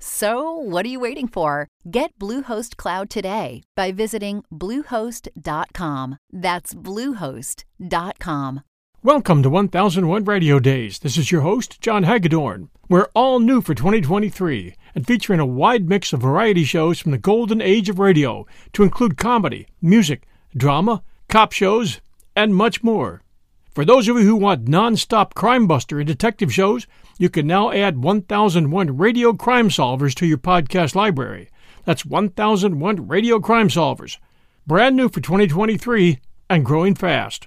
So, what are you waiting for? Get Bluehost Cloud today by visiting Bluehost.com. That's Bluehost.com. Welcome to 1001 Radio Days. This is your host, John Hagedorn. We're all new for 2023 and featuring a wide mix of variety shows from the golden age of radio to include comedy, music, drama, cop shows, and much more. For those of you who want non-stop crime buster and detective shows, you can now add 1001 Radio Crime Solvers to your podcast library. That's 1001 Radio Crime Solvers. Brand new for 2023 and growing fast.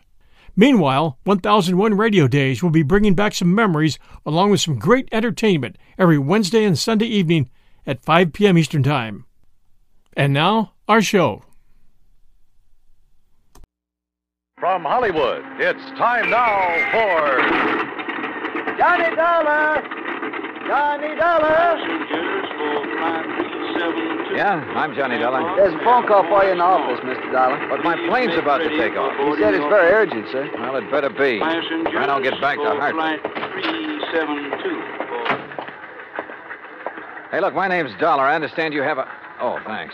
Meanwhile, 1001 Radio Days will be bringing back some memories along with some great entertainment every Wednesday and Sunday evening at 5 p.m. Eastern Time. And now, our show. From Hollywood, it's time now for Johnny Dollar! Johnny Dollar! Yeah, I'm Johnny Della. There's a phone call for you in the office, Mr. Dollar. But my plane's about to take off. He said it's very urgent, sir. Well, it better be. If I don't get back to Hartford. Hey, look, my name's Dollar. I understand you have a. Oh, thanks.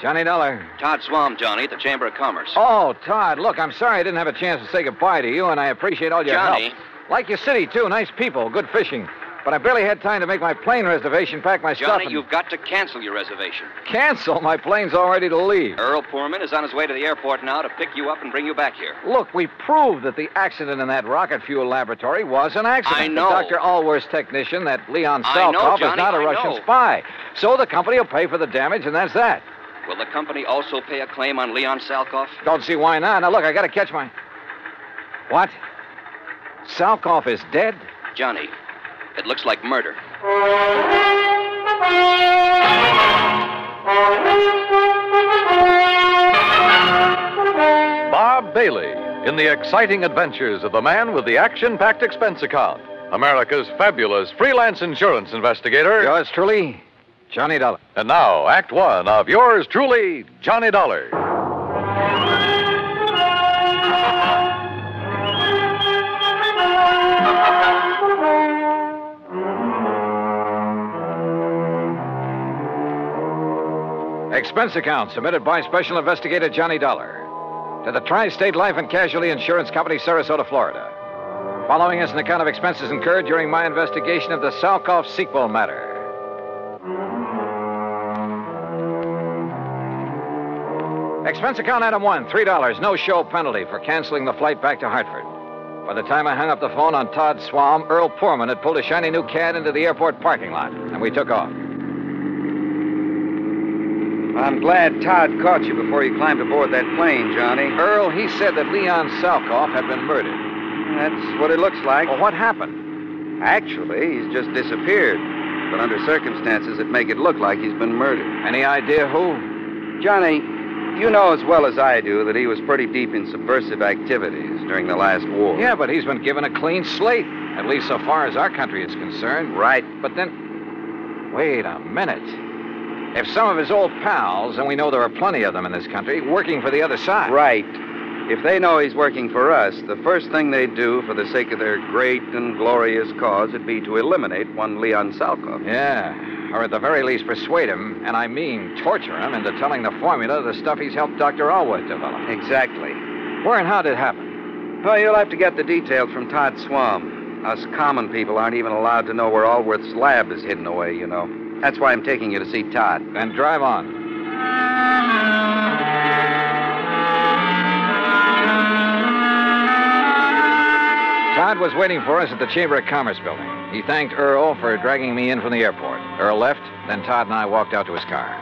Johnny Dollar. Todd Swam, Johnny, at the Chamber of Commerce. Oh, Todd, look, I'm sorry I didn't have a chance to say goodbye to you, and I appreciate all your Johnny. help. Like your city, too. Nice people, good fishing. But I barely had time to make my plane reservation, pack my stuff, Johnny, and you've got to cancel your reservation. cancel. My plane's all ready to leave. Earl Pullman is on his way to the airport now to pick you up and bring you back here. Look, we proved that the accident in that rocket fuel laboratory was an accident. I know. The Dr. Allworth's technician, that Leon I know, Salkov, is Johnny, not a I Russian know. spy. So the company will pay for the damage, and that's that. Will the company also pay a claim on Leon Salkoff? Don't see why not. Now, look, I got to catch my. What? Salkov is dead? Johnny, it looks like murder. Bob Bailey in the exciting adventures of the man with the action packed expense account. America's fabulous freelance insurance investigator. Yours truly, Johnny Dollar. And now, Act One of yours truly, Johnny Dollar. Expense account submitted by Special Investigator Johnny Dollar to the Tri State Life and Casualty Insurance Company, Sarasota, Florida. Following is an account of expenses incurred during my investigation of the Salkov sequel matter. Expense account item one $3, no show penalty for canceling the flight back to Hartford. By the time I hung up the phone on Todd Swam, Earl Poorman had pulled a shiny new cad into the airport parking lot, and we took off. I'm glad Todd caught you before you climbed aboard that plane, Johnny. Earl, he said that Leon Salkoff had been murdered. That's what it looks like. Well, what happened? Actually, he's just disappeared. But under circumstances that make it look like he's been murdered. Any idea who? Johnny, you know as well as I do that he was pretty deep in subversive activities during the last war. Yeah, but he's been given a clean slate, at least so far as our country is concerned. Right. But then. Wait a minute. If some of his old pals, and we know there are plenty of them in this country, working for the other side. Right. If they know he's working for us, the first thing they'd do for the sake of their great and glorious cause would be to eliminate one Leon Salkoff. Yeah. Or at the very least, persuade him, and I mean torture him, into telling the formula of the stuff he's helped Dr. Allworth develop. Exactly. Where and how did it happen? Well, you'll have to get the details from Todd Swam. Us common people aren't even allowed to know where Allworth's lab is hidden away, you know. That's why I'm taking you to see Todd. Then drive on. Todd was waiting for us at the Chamber of Commerce building. He thanked Earl for dragging me in from the airport. Earl left, then Todd and I walked out to his car.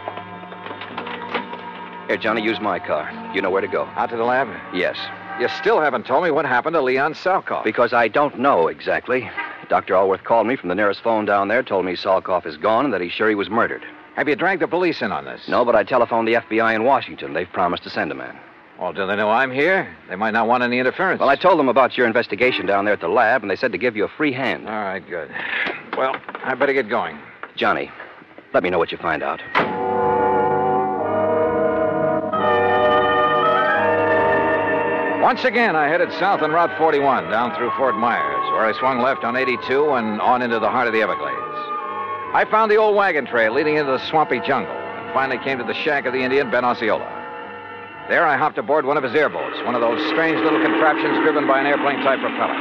Here, Johnny, use my car. You know where to go. Out to the lab? Yes. You still haven't told me what happened to Leon Salkoff. Because I don't know exactly. Dr. Allworth called me from the nearest phone down there, told me Salkoff is gone, and that he's sure he was murdered. Have you dragged the police in on this? No, but I telephoned the FBI in Washington. They've promised to send a man. Well, do they know I'm here? They might not want any interference. Well, I told them about your investigation down there at the lab, and they said to give you a free hand. All right, good. Well, I better get going. Johnny, let me know what you find out. Once again, I headed south on Route 41, down through Fort Myers, where I swung left on 82 and on into the heart of the Everglades. I found the old wagon trail leading into the swampy jungle, and finally came to the shack of the Indian Ben Osceola. There, I hopped aboard one of his airboats, one of those strange little contraptions driven by an airplane-type propeller.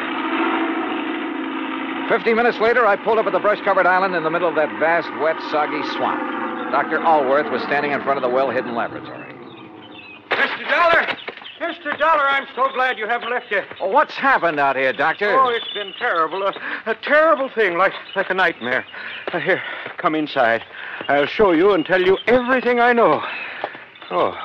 Fifty minutes later, I pulled up at the brush-covered island in the middle of that vast, wet, soggy swamp. Dr. Allworth was standing in front of the well-hidden laboratory. Mr. Dollar! Mr. Dollar, I'm so glad you haven't left yet. Well, what's happened out here, Doctor? Oh, it's been terrible. A, a terrible thing, like, like a nightmare. Uh, here, come inside. I'll show you and tell you everything I know. Oh.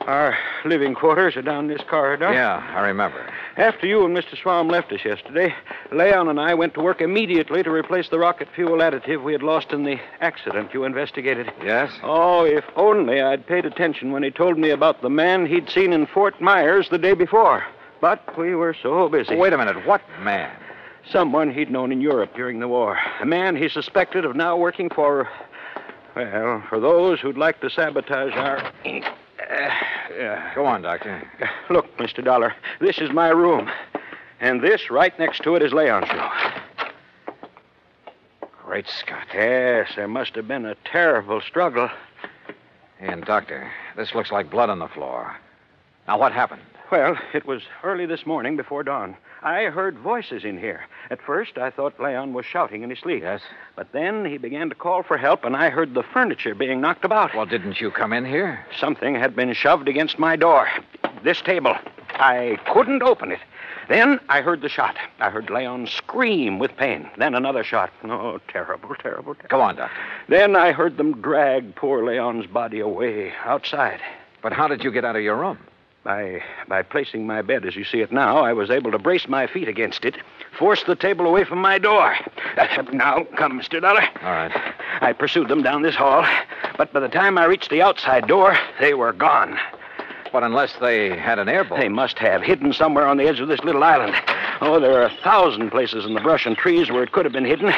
Our living quarters are down this corridor. Yeah, I remember. After you and Mr. Swam left us yesterday, Leon and I went to work immediately to replace the rocket fuel additive we had lost in the accident you investigated. Yes? Oh, if only I'd paid attention when he told me about the man he'd seen in Fort Myers the day before. But we were so busy. Wait a minute. What man? Someone he'd known in Europe during the war. A man he suspected of now working for. Well, for those who'd like to sabotage our. Uh, Go on, Doctor. Look, Mr. Dollar, this is my room. And this right next to it is Leon's room. Great Scott. Yes, there must have been a terrible struggle. And, Doctor, this looks like blood on the floor. Now, what happened? Well, it was early this morning before dawn. I heard voices in here. At first, I thought Leon was shouting in his sleep. Yes? But then he began to call for help, and I heard the furniture being knocked about. Well, didn't you come in here? Something had been shoved against my door. This table. I couldn't open it. Then I heard the shot. I heard Leon scream with pain. Then another shot. Oh, terrible, terrible, terrible. Go on, Doctor. Then I heard them drag poor Leon's body away outside. But how did you get out of your room? By, by placing my bed as you see it now, I was able to brace my feet against it, force the table away from my door. Now, come, Mr. Dollar. All right. I pursued them down this hall, but by the time I reached the outside door, they were gone. But unless they had an airboat. They must have, hidden somewhere on the edge of this little island. Oh, there are a thousand places in the brush and trees where it could have been hidden.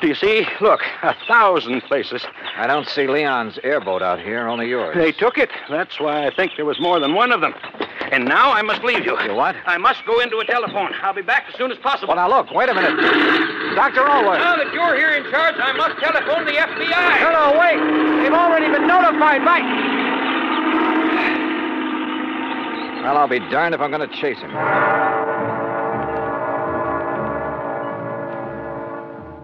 Do you see? Look, a thousand places. I don't see Leon's airboat out here, only yours. They took it. That's why I think there was more than one of them. And now I must leave you. You what? I must go into a telephone. I'll be back as soon as possible. Well, now look, wait a minute. Dr. Allworth. now that you're here in charge, I must telephone the FBI. No, no, wait. They've already been notified by. Well, I'll be darned if I'm going to chase him.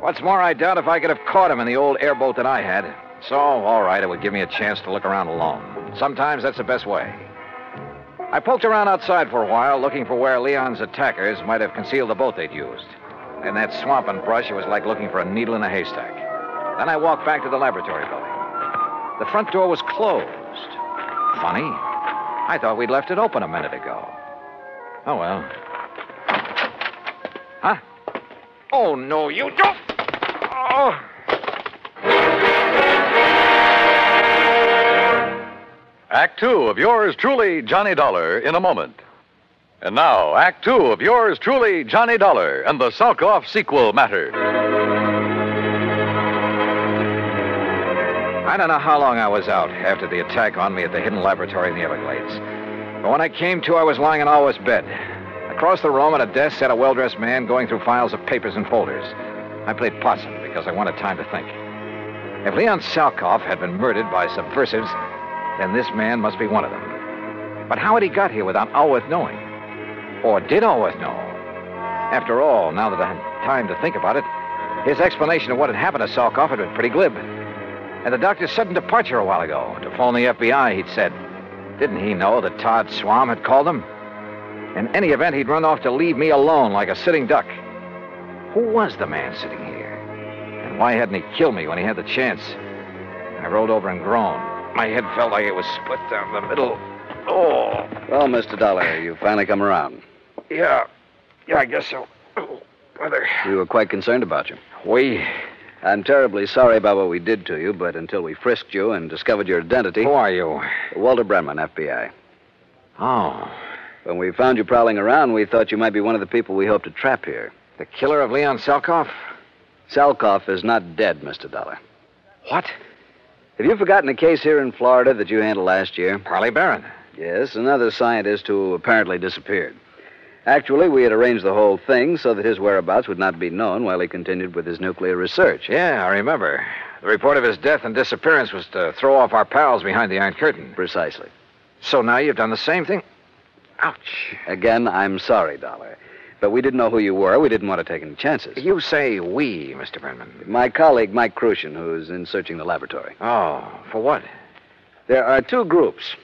What's more, I doubt if I could have caught him in the old airboat that I had. So, all right, it would give me a chance to look around alone. Sometimes that's the best way. I poked around outside for a while, looking for where Leon's attackers might have concealed the boat they'd used. In that swamp and brush, it was like looking for a needle in a haystack. Then I walked back to the laboratory building. The front door was closed. Funny. I thought we'd left it open a minute ago. Oh, well. Huh? Oh, no, you don't. Oh. Act two of yours truly, Johnny Dollar, in a moment. And now, Act two of yours truly, Johnny Dollar, and the Salkoff sequel matter. I don't know how long I was out after the attack on me at the hidden laboratory in the Everglades. But when I came to, I was lying in Alwa's bed. Across the room at a desk sat a well dressed man going through files of papers and folders. I played possum because I wanted time to think. If Leon Salkoff had been murdered by subversives, then this man must be one of them. But how had he got here without Alworth knowing? Or did Alworth know? After all, now that I had time to think about it, his explanation of what had happened to Salkoff had been pretty glib. And the doctor's sudden departure a while ago to phone the FBI, he'd said. Didn't he know that Todd Swam had called him? In any event, he'd run off to leave me alone like a sitting duck. Who was the man sitting here? And why hadn't he killed me when he had the chance? I rolled over and groaned. My head felt like it was split down the middle. Oh, Well, Mr. Dollar, you finally come around. yeah. Yeah, I guess so. Oh, brother. We were quite concerned about you. We. I'm terribly sorry about what we did to you, but until we frisked you and discovered your identity. Who are you? Walter Brenman, FBI. Oh, When we found you prowling around, we thought you might be one of the people we hoped to trap here. the killer of Leon Selkoff? Salkoff is not dead, Mr. Dollar. What? Have you forgotten a case here in Florida that you handled last year? Parley Barron. Yes, another scientist who apparently disappeared. Actually, we had arranged the whole thing so that his whereabouts would not be known while he continued with his nuclear research. Yeah, I remember. The report of his death and disappearance was to throw off our pals behind the Iron Curtain. Precisely. So now you've done the same thing? Ouch. Again, I'm sorry, Dollar. But we didn't know who you were. We didn't want to take any chances. You say we, Mr. Brenman. My colleague, Mike Crucian, who's in searching the laboratory. Oh, for what? There are two groups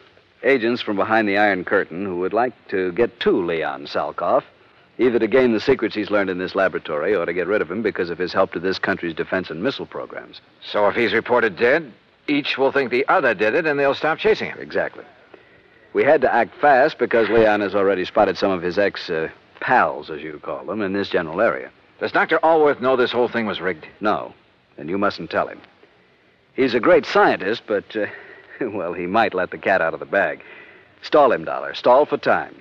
agents from behind the Iron Curtain who would like to get to Leon Salkoff, either to gain the secrets he's learned in this laboratory or to get rid of him because of his help to this country's defense and missile programs. So if he's reported dead, each will think the other did it and they'll stop chasing him. Exactly. We had to act fast because Leon has already spotted some of his ex uh, pals, as you call them, in this general area. Does Dr. Allworth know this whole thing was rigged? No, and you mustn't tell him. He's a great scientist, but, uh, well, he might let the cat out of the bag. Stall him, Dollar. Stall for time.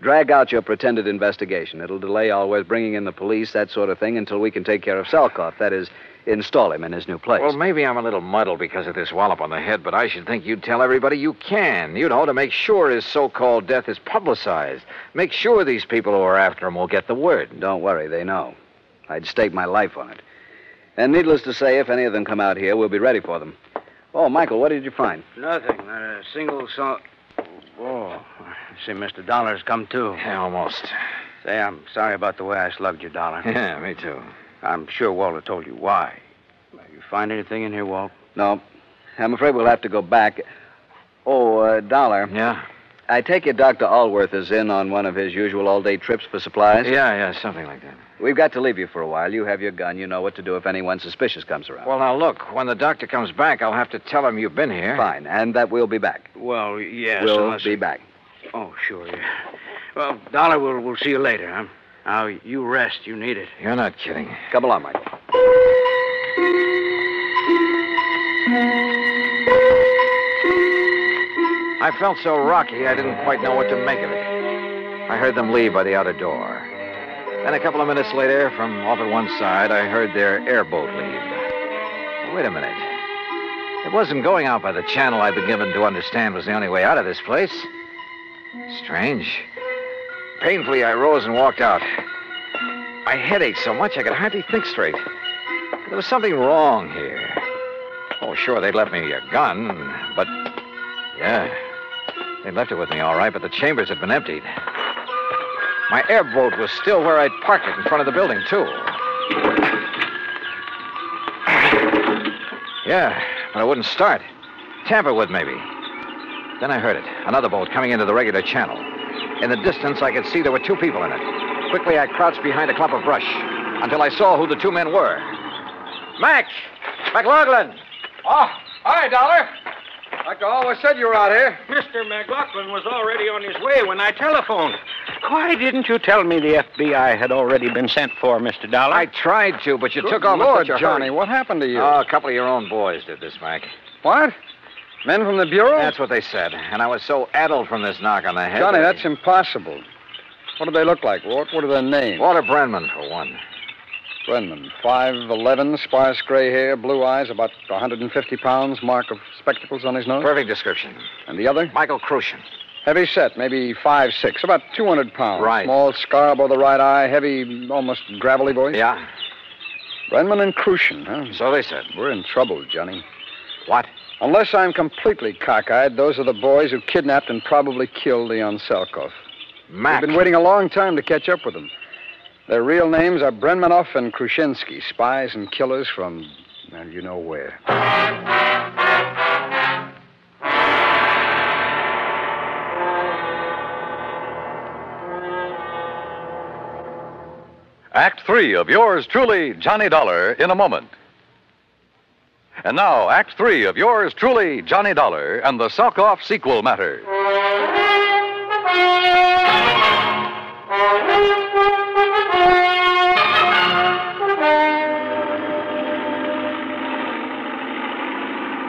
Drag out your pretended investigation. It'll delay always bringing in the police, that sort of thing, until we can take care of Salkoff. That is, install him in his new place. Well, maybe I'm a little muddled because of this wallop on the head, but I should think you'd tell everybody you can. You'd know to make sure his so called death is publicized. Make sure these people who are after him will get the word. Don't worry, they know. I'd stake my life on it. And needless to say, if any of them come out here, we'll be ready for them. Oh, Michael, what did you find? Nothing. Not a single saw. Oh, see, Mr. Dollar's come too. Yeah, almost. Say, I'm sorry about the way I slugged you, Dollar. Yeah, me too. I'm sure Walter told you why. You find anything in here, Walt? No, I'm afraid we'll have to go back. Oh, uh, Dollar, Yeah? I take it Dr. Allworth is in on one of his usual all day trips for supplies. Yeah, yeah, something like that. We've got to leave you for a while. You have your gun. You know what to do if anyone suspicious comes around. Well, now look, when the doctor comes back, I'll have to tell him you've been here. Fine, and that we'll be back. Well, yes. we'll unless- be back. Oh, sure, yeah. Well, Dollar, we'll, we'll see you later, huh? Now, you rest. You need it. You're not kidding. Come along, Michael. I felt so rocky I didn't quite know what to make of it. I heard them leave by the outer door. Then a couple of minutes later, from off at one side, I heard their airboat leave. Wait a minute. It wasn't going out by the channel I'd been given to understand was the only way out of this place. Strange. Painfully, I rose and walked out. My head ached so much I could hardly think straight. There was something wrong here. Oh, sure, they'd left me a gun, but. Yeah, they left it with me, all right, but the chambers had been emptied. My airboat was still where I'd parked it in front of the building, too. Yeah, but it wouldn't start. Tamper with, maybe. Then I heard it another boat coming into the regular channel. In the distance, I could see there were two people in it. Quickly, I crouched behind a clump of brush until I saw who the two men were. Mac! McLaughlin! Oh, hi, Dollar. Dr. Always said you were out here. Mr. McLaughlin was already on his way when I telephoned. Why didn't you tell me the FBI had already been sent for, Mr. Dollar? I tried to, but you Good took off Lord, in such a Johnny, hurry. what happened to you? Oh, a couple of your own boys did this, Mac. what? Men from the Bureau? That's what they said. And I was so addled from this knock on the head. Johnny, that- that's impossible. What do they look like, Walt? What are their names? Walter Brenman, for one. Brenman, 5'11, sparse gray hair, blue eyes, about 150 pounds, mark of spectacles on his nose. Perfect description. And the other? Michael Crucian. Heavy set, maybe five six, about 200 pounds. Right. Small scar above the right eye, heavy, almost gravelly voice. Yeah, Brenman and Crucian, huh? so they said. We're in trouble, Johnny. What? Unless I'm completely cockeyed, those are the boys who kidnapped and probably killed Leon Selkoff. Mac. We've been waiting a long time to catch up with them. Their real names are Brenmanoff and Krushinsky, spies and killers from, well, you know where. Act Three of yours truly, Johnny Dollar, in a moment. And now, Act Three of yours truly, Johnny Dollar, and the Salkoff sequel matter.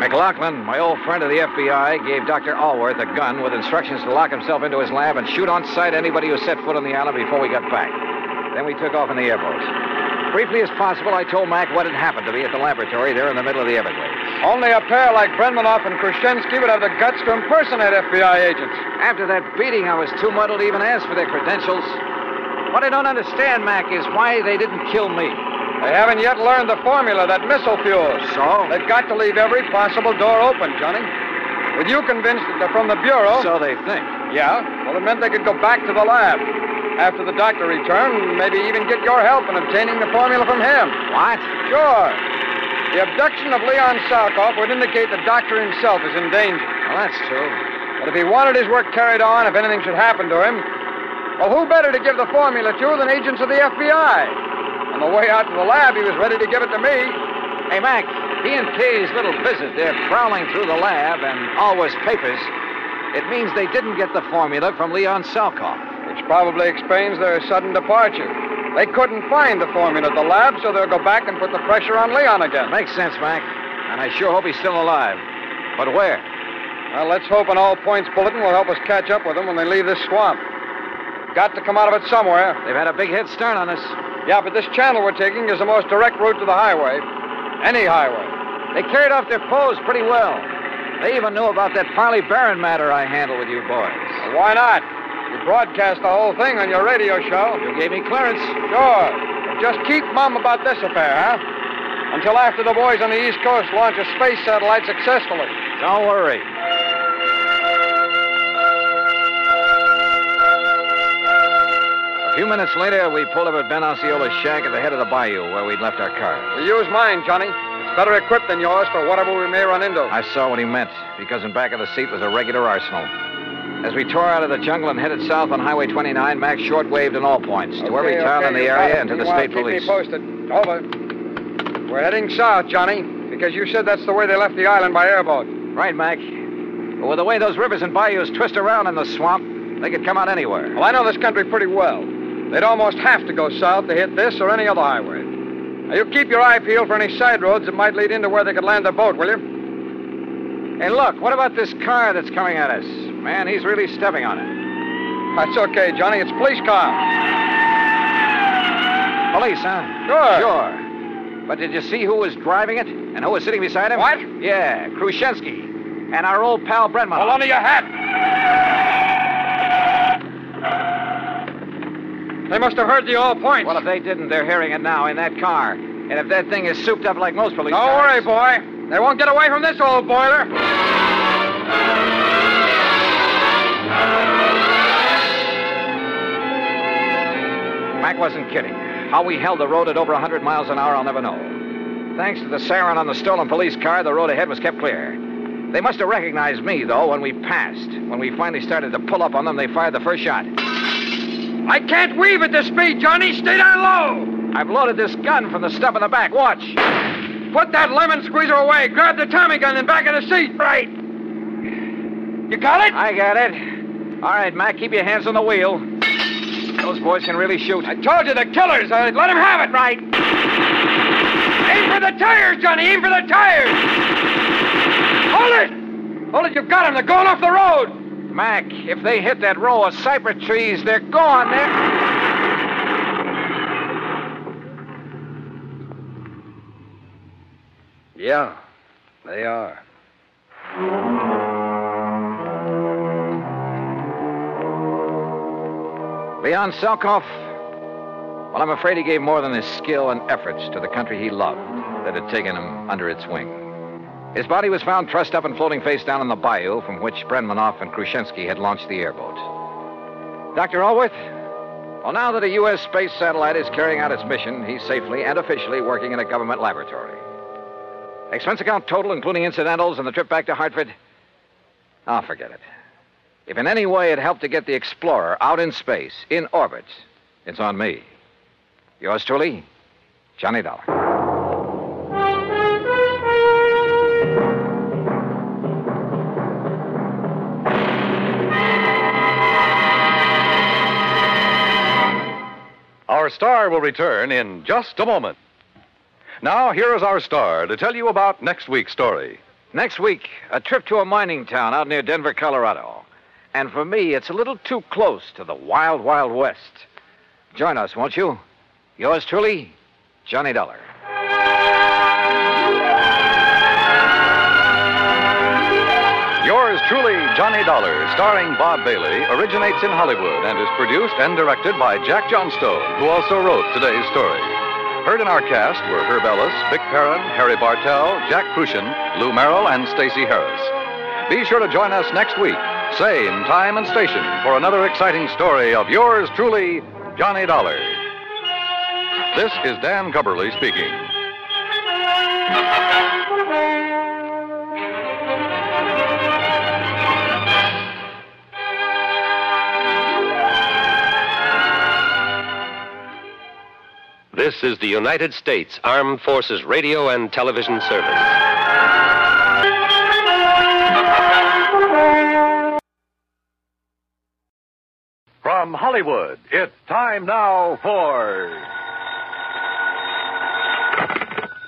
McLaughlin, my old friend of the FBI, gave Dr. Allworth a gun with instructions to lock himself into his lab and shoot on sight anybody who set foot on the island before we got back. Then we took off in the airboats. Briefly as possible, I told Mac what had happened to me at the laboratory there in the middle of the Everglades. Only a pair like Brenmanoff and Krushinsky would have the guts to impersonate FBI agents. After that beating, I was too muddled to even ask for their credentials. What I don't understand, Mac, is why they didn't kill me. They haven't yet learned the formula that missile fuels. So? They've got to leave every possible door open, Johnny. With you convinced that they're from the Bureau. So they think. Yeah. Well, it meant they could go back to the lab. After the doctor returned, maybe even get your help in obtaining the formula from him. What? Sure. The abduction of Leon Salkoff would indicate the doctor himself is in danger. Well, that's true. But if he wanted his work carried on, if anything should happen to him, well, who better to give the formula to than agents of the FBI? On the way out to the lab, he was ready to give it to me. Hey, Mac, he and Kay's little visit, they're prowling through the lab and Allworth's papers. It means they didn't get the formula from Leon Salkoff. Which probably explains their sudden departure. They couldn't find the formula at the lab, so they'll go back and put the pressure on Leon again. Makes sense, Mac. And I sure hope he's still alive. But where? Well, let's hope an all points bulletin will help us catch up with them when they leave this swamp. Got to come out of it somewhere. They've had a big head start on us. Yeah, but this channel we're taking is the most direct route to the highway. Any highway. They carried off their foes pretty well. They even knew about that Farley Barron matter I handled with you boys. Well, why not? You broadcast the whole thing on your radio show. You gave me clearance. Sure. But just keep mum about this affair, huh? Until after the boys on the East Coast launch a space satellite successfully. Don't worry. A few minutes later, we pulled up at Ben Osceola's shack at the head of the bayou where we'd left our cars. We use mine, Johnny. It's better equipped than yours for whatever we may run into. I saw what he meant, because in back of the seat was a regular arsenal. As we tore out of the jungle and headed south on Highway 29, Max short-waved in all points to Okay, every town okay, in the you area got and it. to the Meanwhile, state police. Keep me posted. Over. We're heading south, Johnny, because you said that's the way they left the island by airboat. Right, Mac. But with the way those rivers and bayous twist around in the swamp, they could come out anywhere. Well, I know this country pretty well. They'd almost have to go south to hit this or any other highway. Now, you keep your eye peeled for any side roads that might lead into where they could land their boat, will you? Hey, look, what about this car that's coming at us? Man, he's really stepping on it. That's okay, Johnny. It's police car. Police, huh? Sure. Sure. But did you see who was driving it and who was sitting beside him? What? Yeah, Khrushchevsky and our old pal Brenman. Hold on to your hat. They must have heard the all points. Well, if they didn't, they're hearing it now in that car. And if that thing is souped up like most police Don't worry, cars... boy. They won't get away from this old boiler. Mac wasn't kidding. How we held the road at over 100 miles an hour, I'll never know. Thanks to the siren on the stolen police car, the road ahead was kept clear. They must have recognized me, though, when we passed. When we finally started to pull up on them, they fired the first shot. I can't weave at this speed, Johnny. Stay down I've loaded this gun from the stuff in the back. Watch. low. Put that lemon squeezer away. Grab the Tommy gun in back of the seat. Right. You got it? I got it. All right, Mac, keep your hands on the wheel. Those boys can really shoot. I told you the killers. I let them have it. Right. Aim for the tires, Johnny. Aim for the tires. Hold it. Hold it. You've got them. They're going off the road. Mac, if they hit that row of cypress trees, they're gone. They're... Yeah, they are. Leon Selkoff, well, I'm afraid he gave more than his skill and efforts to the country he loved that had taken him under its wing. His body was found trussed up and floating face down in the bayou from which Brenmanoff and Khrushchevsky had launched the airboat. Dr. Allworth, well, now that a U.S. space satellite is carrying out its mission, he's safely and officially working in a government laboratory. Expense account total, including incidentals and the trip back to Hartford? Ah, forget it. If in any way it helped to get the Explorer out in space, in orbit, it's on me. Yours truly, Johnny Dollar. Our star will return in just a moment. Now, here is our star to tell you about next week's story. Next week, a trip to a mining town out near Denver, Colorado. And for me, it's a little too close to the wild, wild west. Join us, won't you? Yours truly, Johnny Dollar. Yours truly, Johnny Dollar, starring Bob Bailey, originates in Hollywood and is produced and directed by Jack Johnstone, who also wrote today's story. Heard in our cast were Herb Ellis, Vic Perrin, Harry Bartell, Jack Crucian, Lou Merrill, and Stacy Harris. Be sure to join us next week, same time and station, for another exciting story of yours truly, Johnny Dollar. This is Dan Gubberly speaking. This is the United States Armed Forces Radio and Television Service. From Hollywood, it's time now for.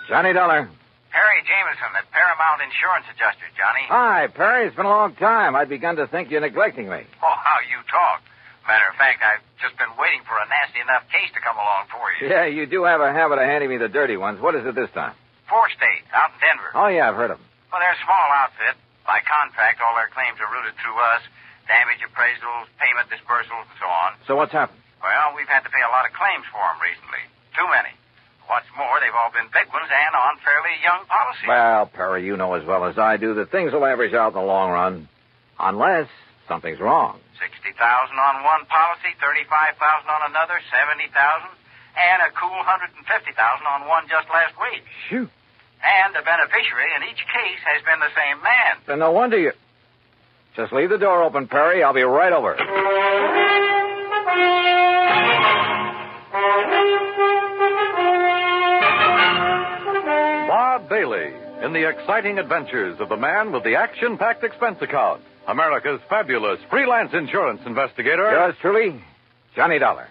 Johnny Dollar. Perry Jameson, the Paramount Insurance Adjuster, Johnny. Hi, Perry. It's been a long time. I'd begun to think you're neglecting me. Oh, how you talk. Matter of fact, I've just been waiting for a nasty enough case to come along for you. Yeah, you do have a habit of handing me the dirty ones. What is it this time? Four State, out in Denver. Oh, yeah, I've heard of them. Well, they're a small outfit. By contract, all their claims are routed through us. Damage appraisals, payment dispersals, and so on. So what's happened? Well, we've had to pay a lot of claims for them recently. Too many. What's more, they've all been big ones and on fairly young policies. Well, Perry, you know as well as I do that things will average out in the long run. Unless something's wrong. 60000 on one policy, 35000 on another, 70000 and a cool 150000 on one just last week. Shoot. And the beneficiary in each case has been the same man. Then no wonder you. Just leave the door open, Perry. I'll be right over. Bob Bailey in the exciting adventures of the man with the action packed expense account, America's fabulous freelance insurance investigator. Yours truly, Johnny Dollar.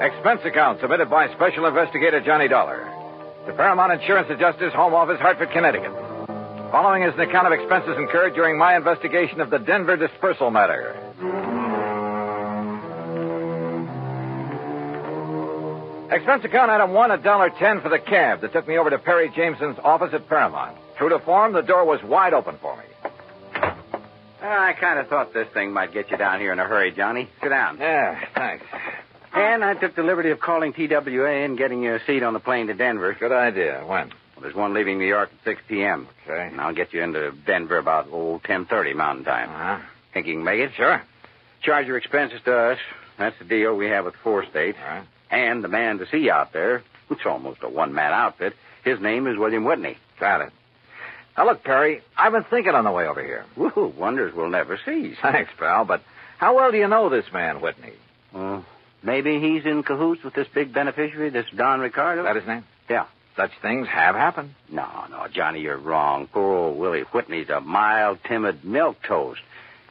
Expense account submitted by Special Investigator Johnny Dollar. The Paramount Insurance Adjuster's Home Office, Hartford, Connecticut. Following is an account of expenses incurred during my investigation of the Denver dispersal matter. Expense account item one, a dollar ten for the cab that took me over to Perry Jameson's office at Paramount. True to form, the door was wide open for me. I kind of thought this thing might get you down here in a hurry, Johnny. Sit down. Yeah, thanks. And I took the liberty of calling TWA and getting you a seat on the plane to Denver. Good idea. When? Well, there's one leaving New York at 6 p.m. Okay. And I'll get you into Denver about, oh, 10.30 Mountain Time. Uh-huh. Think you can make it? Sure. Charge your expenses to us. That's the deal we have with four states. All right. And the man to see out there, it's almost a one-man outfit, his name is William Whitney. Got it. Now, look, Perry, I've been thinking on the way over here. Woo, wonders we'll never cease. Thanks, pal, but how well do you know this man, Whitney? Well, Maybe he's in cahoots with this big beneficiary, this Don Ricardo. That his name? Yeah. Such things have happened. No, no, Johnny, you're wrong. Poor old Willie Whitney's a mild, timid milk toast.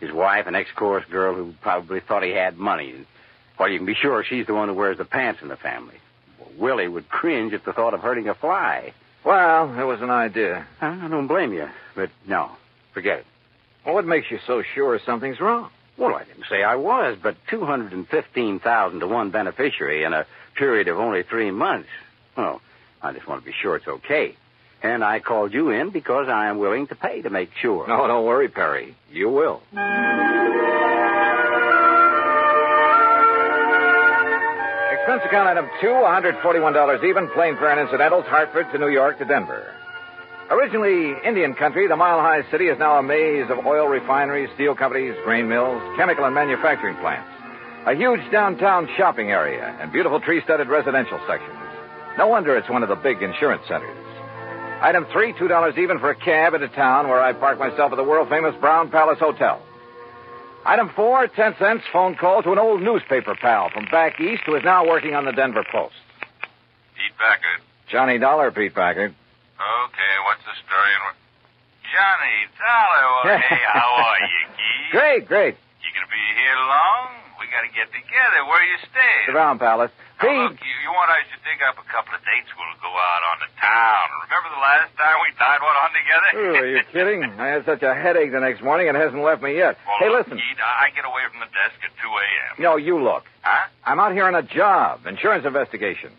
His wife, an ex-chorus girl who probably thought he had money. Well, you can be sure she's the one who wears the pants in the family. Willie would cringe at the thought of hurting a fly. Well, it was an idea. I don't blame you, but no, forget it. Well, what makes you so sure something's wrong? Well, I didn't say I was, but 215,000 to one beneficiary in a period of only three months. Well, I just want to be sure it's okay. And I called you in because I am willing to pay to make sure. No, don't worry, Perry. You will. Expense account item two, $141 even, plane fare and incidentals, Hartford to New York to Denver. Originally Indian country, the Mile High City is now a maze of oil refineries, steel companies, grain mills, chemical and manufacturing plants, a huge downtown shopping area, and beautiful tree studded residential sections. No wonder it's one of the big insurance centers. Item three, two dollars even for a cab into town where I park myself at the world famous Brown Palace Hotel. Item four, ten cents phone call to an old newspaper pal from back east who is now working on the Denver Post. Pete Packard. Johnny Dollar, Pete Packard. Okay, what's the story? And what- Johnny Dollar. Well, uh, hey, how are you, Key? Great, great. You gonna be here long? We gotta get together. Where you staying? The Brown Palace. Now, look, you, you want I should dig up a couple of dates? We'll go out on the town. Remember the last time we tied one on together? Ooh, are you kidding? I had such a headache the next morning, it hasn't left me yet. Well, hey, look, listen. Keith, I I get away from the desk at 2 a.m. No, you look. Huh? I'm out here on a job, insurance investigation.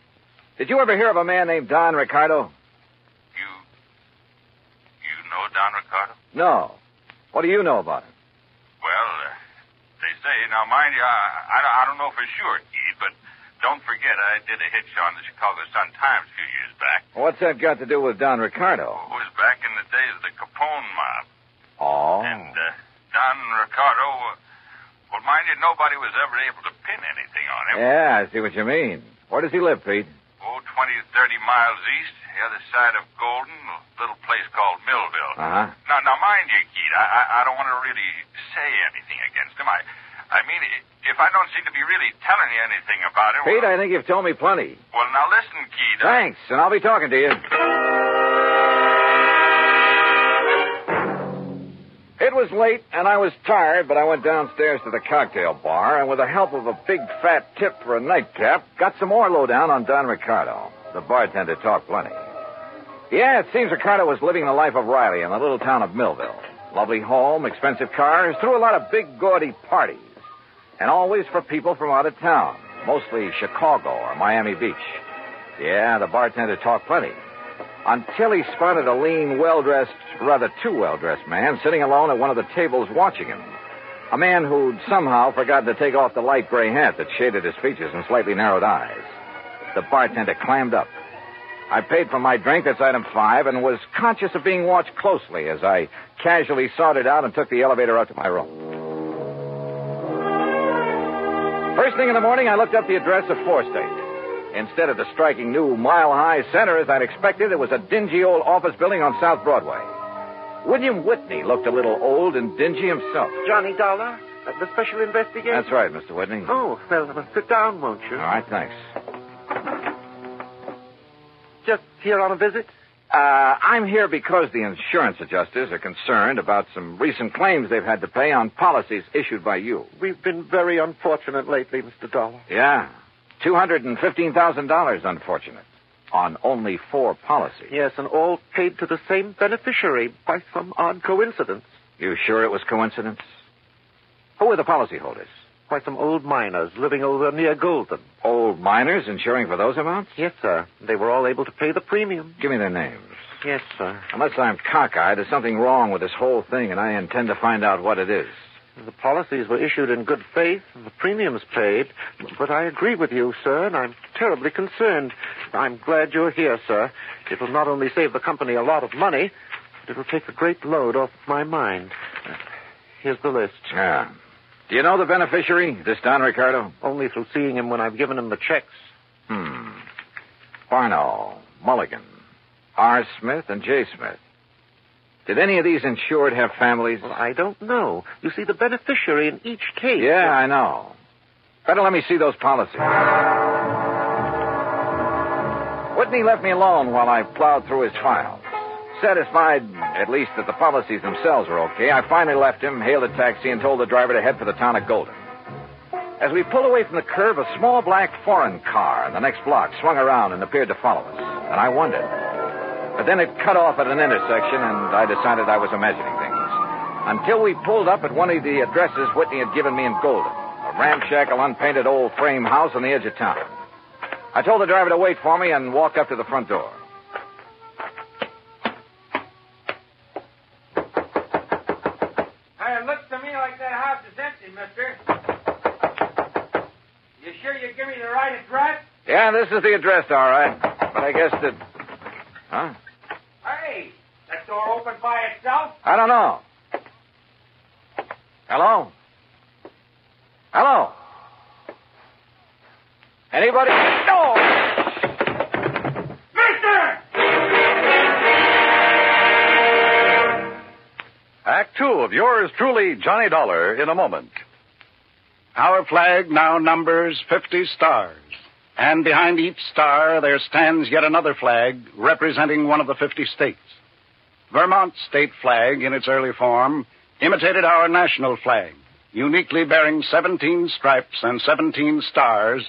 Did you ever hear of a man named Don Ricardo? You know Don Ricardo? No. What do you know about him? Well, uh, they say. Now, mind you, I, I, don't- I don't know for sure, Keith, but don't forget I did a hitch on the Chicago Sun-Times a few years back. What's that got to do with Don Ricardo? It was back in the days of the Capone mob. Oh. And uh, Don Ricardo, uh, well, mind you, nobody was ever able to pin anything on him. Yeah, I see what you mean. Where does he live, Pete? Oh, 20, 30 miles east, the other side of Golden, a little place called Millville. Uh-huh. Now, now, mind you, Keith, I, I, I don't want to really say anything against him. I, I mean, i- if I don't seem to be really telling you anything about him, Pete, I think you've told me plenty. well, now listen, Keith. I- Thanks, and I'll be talking to you. It was late, and I was tired, but I went downstairs to the cocktail bar, and with the help of a big fat tip for a nightcap, got some more lowdown on Don Ricardo. The bartender talked plenty. Yeah, it seems Ricardo was living the life of Riley in the little town of Millville. Lovely home, expensive cars, threw a lot of big, gaudy parties. And always for people from out of town, mostly Chicago or Miami Beach. Yeah, the bartender talked plenty. Until he spotted a lean, well dressed, rather too well dressed man sitting alone at one of the tables watching him. A man who'd somehow forgotten to take off the light gray hat that shaded his features and slightly narrowed eyes. The bartender clammed up. I paid for my drink, that's item five, and was conscious of being watched closely as I casually sauntered out and took the elevator up to my room. First thing in the morning, I looked up the address of Four State. Instead of the striking new mile high center as I'd expected, it was a dingy old office building on South Broadway. William Whitney looked a little old and dingy himself. Johnny Dollar, uh, the special investigator. That's right, Mr. Whitney. Oh, well, uh, sit down, won't you? All right, thanks. Just here on a visit? Uh, I'm here because the insurance adjusters are concerned about some recent claims they've had to pay on policies issued by you. We've been very unfortunate lately, Mr. Dollar. Yeah. $215,000, unfortunate. On only four policies. Yes, and all paid to the same beneficiary by some odd coincidence. You sure it was coincidence? Who were the policyholders? Why, some old miners living over near Golden. Old miners insuring for those amounts? Yes, sir. They were all able to pay the premium. Give me their names. Yes, sir. Unless I'm cockeyed, there's something wrong with this whole thing, and I intend to find out what it is. The policies were issued in good faith, and the premiums paid. But I agree with you, sir, and I'm terribly concerned. I'm glad you're here, sir. It will not only save the company a lot of money, but it will take a great load off my mind. Here's the list. Yeah. Do you know the beneficiary, this Don Ricardo? Only through seeing him when I've given him the checks. Hmm. Barnall, Mulligan, R. Smith, and J. Smith. Did any of these insured have families? Well, I don't know. You see, the beneficiary in each case. Yeah, I know. Better let me see those policies. Whitney left me alone while I plowed through his files. Satisfied, at least, that the policies themselves were okay, I finally left him, hailed a taxi, and told the driver to head for the town of Golden. As we pulled away from the curve, a small black foreign car in the next block swung around and appeared to follow us, and I wondered. But then it cut off at an intersection, and I decided I was imagining things. Until we pulled up at one of the addresses Whitney had given me in Golden, a ramshackle, unpainted old frame house on the edge of town. I told the driver to wait for me and walked up to the front door. Hey, it looks to me like that house is empty, mister. You sure you give me the right address? Yeah, this is the address, all right. But I guess that. Huh? Hey, that door opened by itself? I don't know. Hello? Hello? Anybody? No! Act two of yours truly, Johnny Dollar, in a moment. Our flag now numbers 50 stars. And behind each star, there stands yet another flag representing one of the 50 states. Vermont's state flag, in its early form, imitated our national flag, uniquely bearing 17 stripes and 17 stars,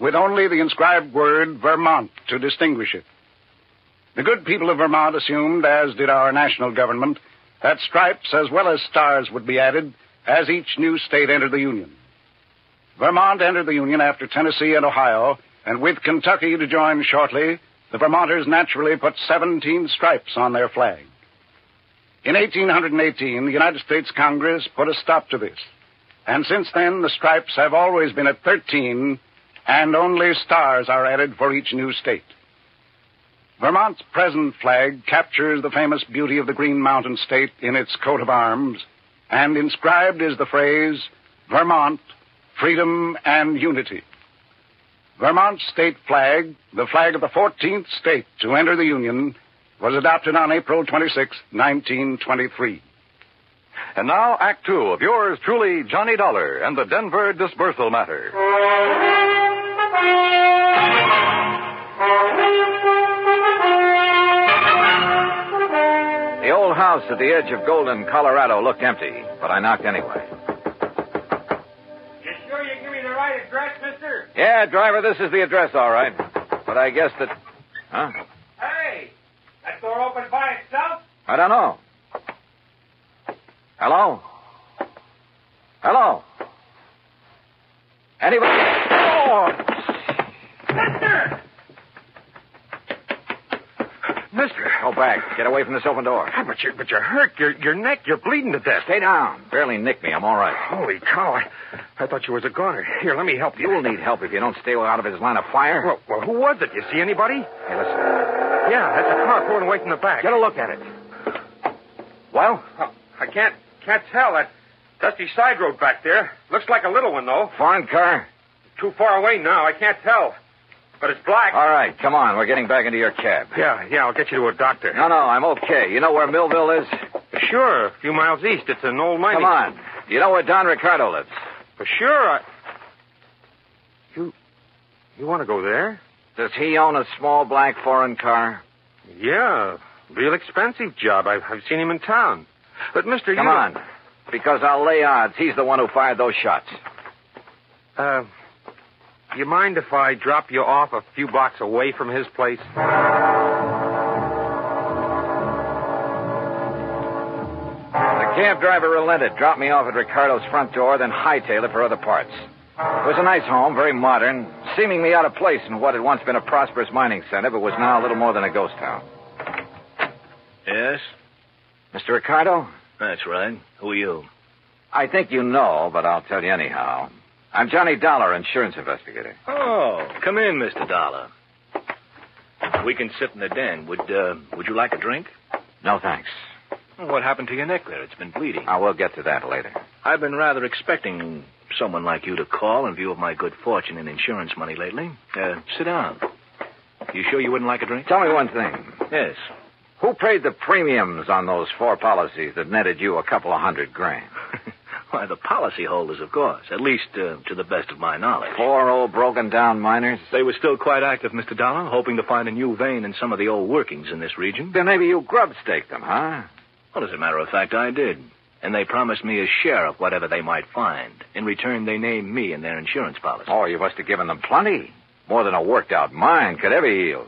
with only the inscribed word Vermont to distinguish it. The good people of Vermont assumed, as did our national government, that stripes as well as stars would be added as each new state entered the Union. Vermont entered the Union after Tennessee and Ohio, and with Kentucky to join shortly, the Vermonters naturally put 17 stripes on their flag. In 1818, the United States Congress put a stop to this, and since then, the stripes have always been at 13, and only stars are added for each new state. Vermont's present flag captures the famous beauty of the Green Mountain State in its coat of arms, and inscribed is the phrase, Vermont, freedom and unity. Vermont's state flag, the flag of the 14th state to enter the Union, was adopted on April 26, 1923. And now, Act Two of yours truly, Johnny Dollar and the Denver Disbursal Matter. The old house at the edge of Golden, Colorado looked empty, but I knocked anyway. You sure you give me the right address, mister? Yeah, driver, this is the address, all right. But I guess that. Huh? Hey, that door open by itself? I don't know. Hello? Hello? Anybody? Oh! Mister! Mister! Go back. Get away from this open door. but you're, but you're hurt. Your, your neck, you're bleeding to death. Stay down. Barely nicked me. I'm all right. Holy cow. I, I thought you was a goner. Here, let me help you. You'll need help if you don't stay out of his line of fire. Well, well who was it? You see anybody? Hey, listen. Yeah, that's a car pulling away from the back. Get a look at it. Well? I can't can't tell. That dusty side road back there. Looks like a little one, though. Foreign car? Too far away now. I can't tell. But it's black. All right, come on. We're getting back into your cab. Yeah, yeah, I'll get you to a doctor. No, no, I'm okay. You know where Millville is? Sure, a few miles east. It's an old mining. Come on. You know where Don Ricardo lives? For sure. I... You you want to go there? Does he own a small black foreign car? Yeah, real expensive job. I've, I've seen him in town. But Mister, Come you... on. Because I'll lay odds he's the one who fired those shots. Uh, you mind if I drop you off a few blocks away from his place? The cab driver relented, dropped me off at Ricardo's front door, then hightailed it for other parts. It was a nice home, very modern, seemingly out of place in what had once been a prosperous mining center, but was now a little more than a ghost town. Yes? Mr. Ricardo, That's right. Who are you? I think you know, but I'll tell you anyhow. I'm Johnny Dollar, insurance investigator. Oh, come in, Mr. Dollar. We can sit in the den. Would uh, Would you like a drink? No thanks. What happened to your neck there? It's been bleeding. I will get to that later. I've been rather expecting someone like you to call in view of my good fortune in insurance money lately. Uh, sit down. You sure you wouldn't like a drink? Tell me one thing. Yes. Who paid the premiums on those four policies that netted you a couple of hundred grand? Why, the policyholders, of course. At least uh, to the best of my knowledge. Four old broken down miners? They were still quite active, Mr. Dollar, hoping to find a new vein in some of the old workings in this region. Then maybe you grub staked them, huh? Well, as a matter of fact, I did. And they promised me a share of whatever they might find. In return, they named me in their insurance policy. Oh, you must have given them plenty. More than a worked out mine could ever yield.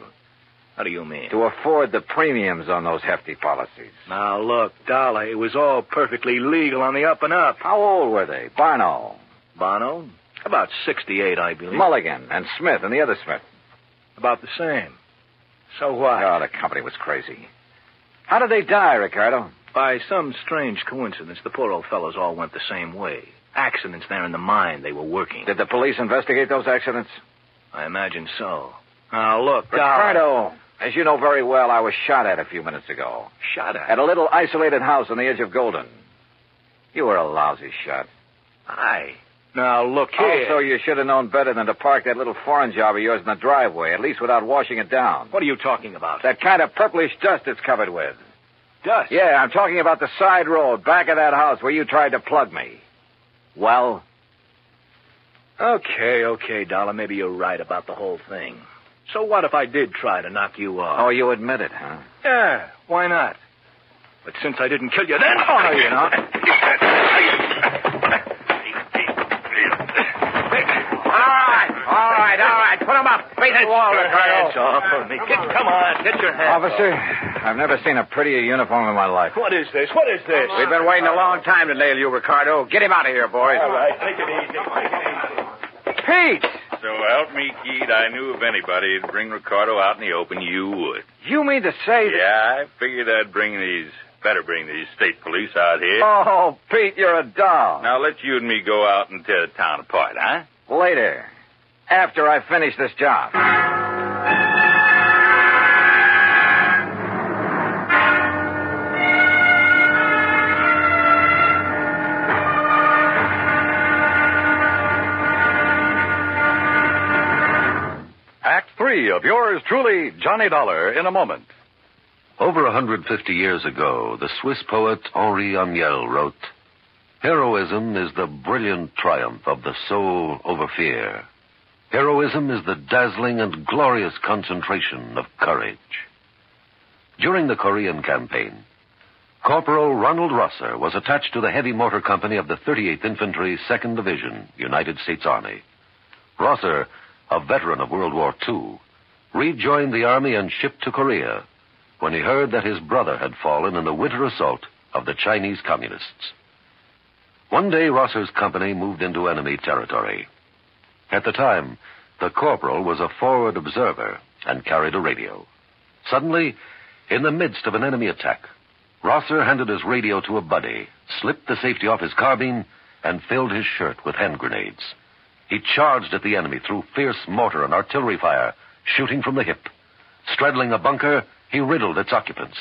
How do you mean? To afford the premiums on those hefty policies. Now, look, Dollar, it was all perfectly legal on the up and up. How old were they? Barno, Bono? About 68, I believe. Mulligan, and Smith, and the other Smith. About the same. So what? Oh, the company was crazy. How did they die, Ricardo? By some strange coincidence, the poor old fellows all went the same way. Accidents there in the mine they were working. Did the police investigate those accidents? I imagine so. Now, look, Dollar. Ricardo, as you know very well, I was shot at a few minutes ago. Shut up. At a little isolated house on the edge of Golden. You were a lousy shot. Aye. Now, look here. Also, you should have known better than to park that little foreign job of yours in the driveway, at least without washing it down. What are you talking about? That kind of purplish dust it's covered with. dust. Yeah, I'm talking about the side road, back of that house where you tried to plug me. Well? Okay, okay, Dollar. Maybe you're right about the whole thing. So what if I did try to knock you off? Oh, you admit it, huh? Yeah, why not? But since I didn't kill you then, oh, you know. All right, all right. Put him up. Face the wall, Your Ricardo. hands off of me. Get, come on, get your hands Officer, off. I've never seen a prettier uniform in my life. What is this? What is this? We've been waiting a long time to nail you, Ricardo. Get him out of here, boys. All right, take it easy. Take it easy. Pete! So help me, Keith. I knew if anybody'd bring Ricardo out in the open, you would. You mean to say that... Yeah, I figured I'd bring these, better bring these state police out here. Oh, Pete, you're a doll. Now let you and me go out and tear the town apart, huh? Later. After I finish this job. Act three of yours truly, Johnny Dollar, in a moment. Over 150 years ago, the Swiss poet Henri Amiel wrote, Heroism is the brilliant triumph of the soul over fear. Heroism is the dazzling and glorious concentration of courage. During the Korean campaign, Corporal Ronald Rosser was attached to the Heavy Motor Company of the 38th Infantry, 2nd Division, United States Army. Rosser, a veteran of World War II, rejoined the Army and shipped to Korea when he heard that his brother had fallen in the winter assault of the Chinese communists. One day, Rosser's company moved into enemy territory. At the time, the corporal was a forward observer and carried a radio. Suddenly, in the midst of an enemy attack, Rosser handed his radio to a buddy, slipped the safety off his carbine, and filled his shirt with hand grenades. He charged at the enemy through fierce mortar and artillery fire, shooting from the hip. Straddling a bunker, he riddled its occupants.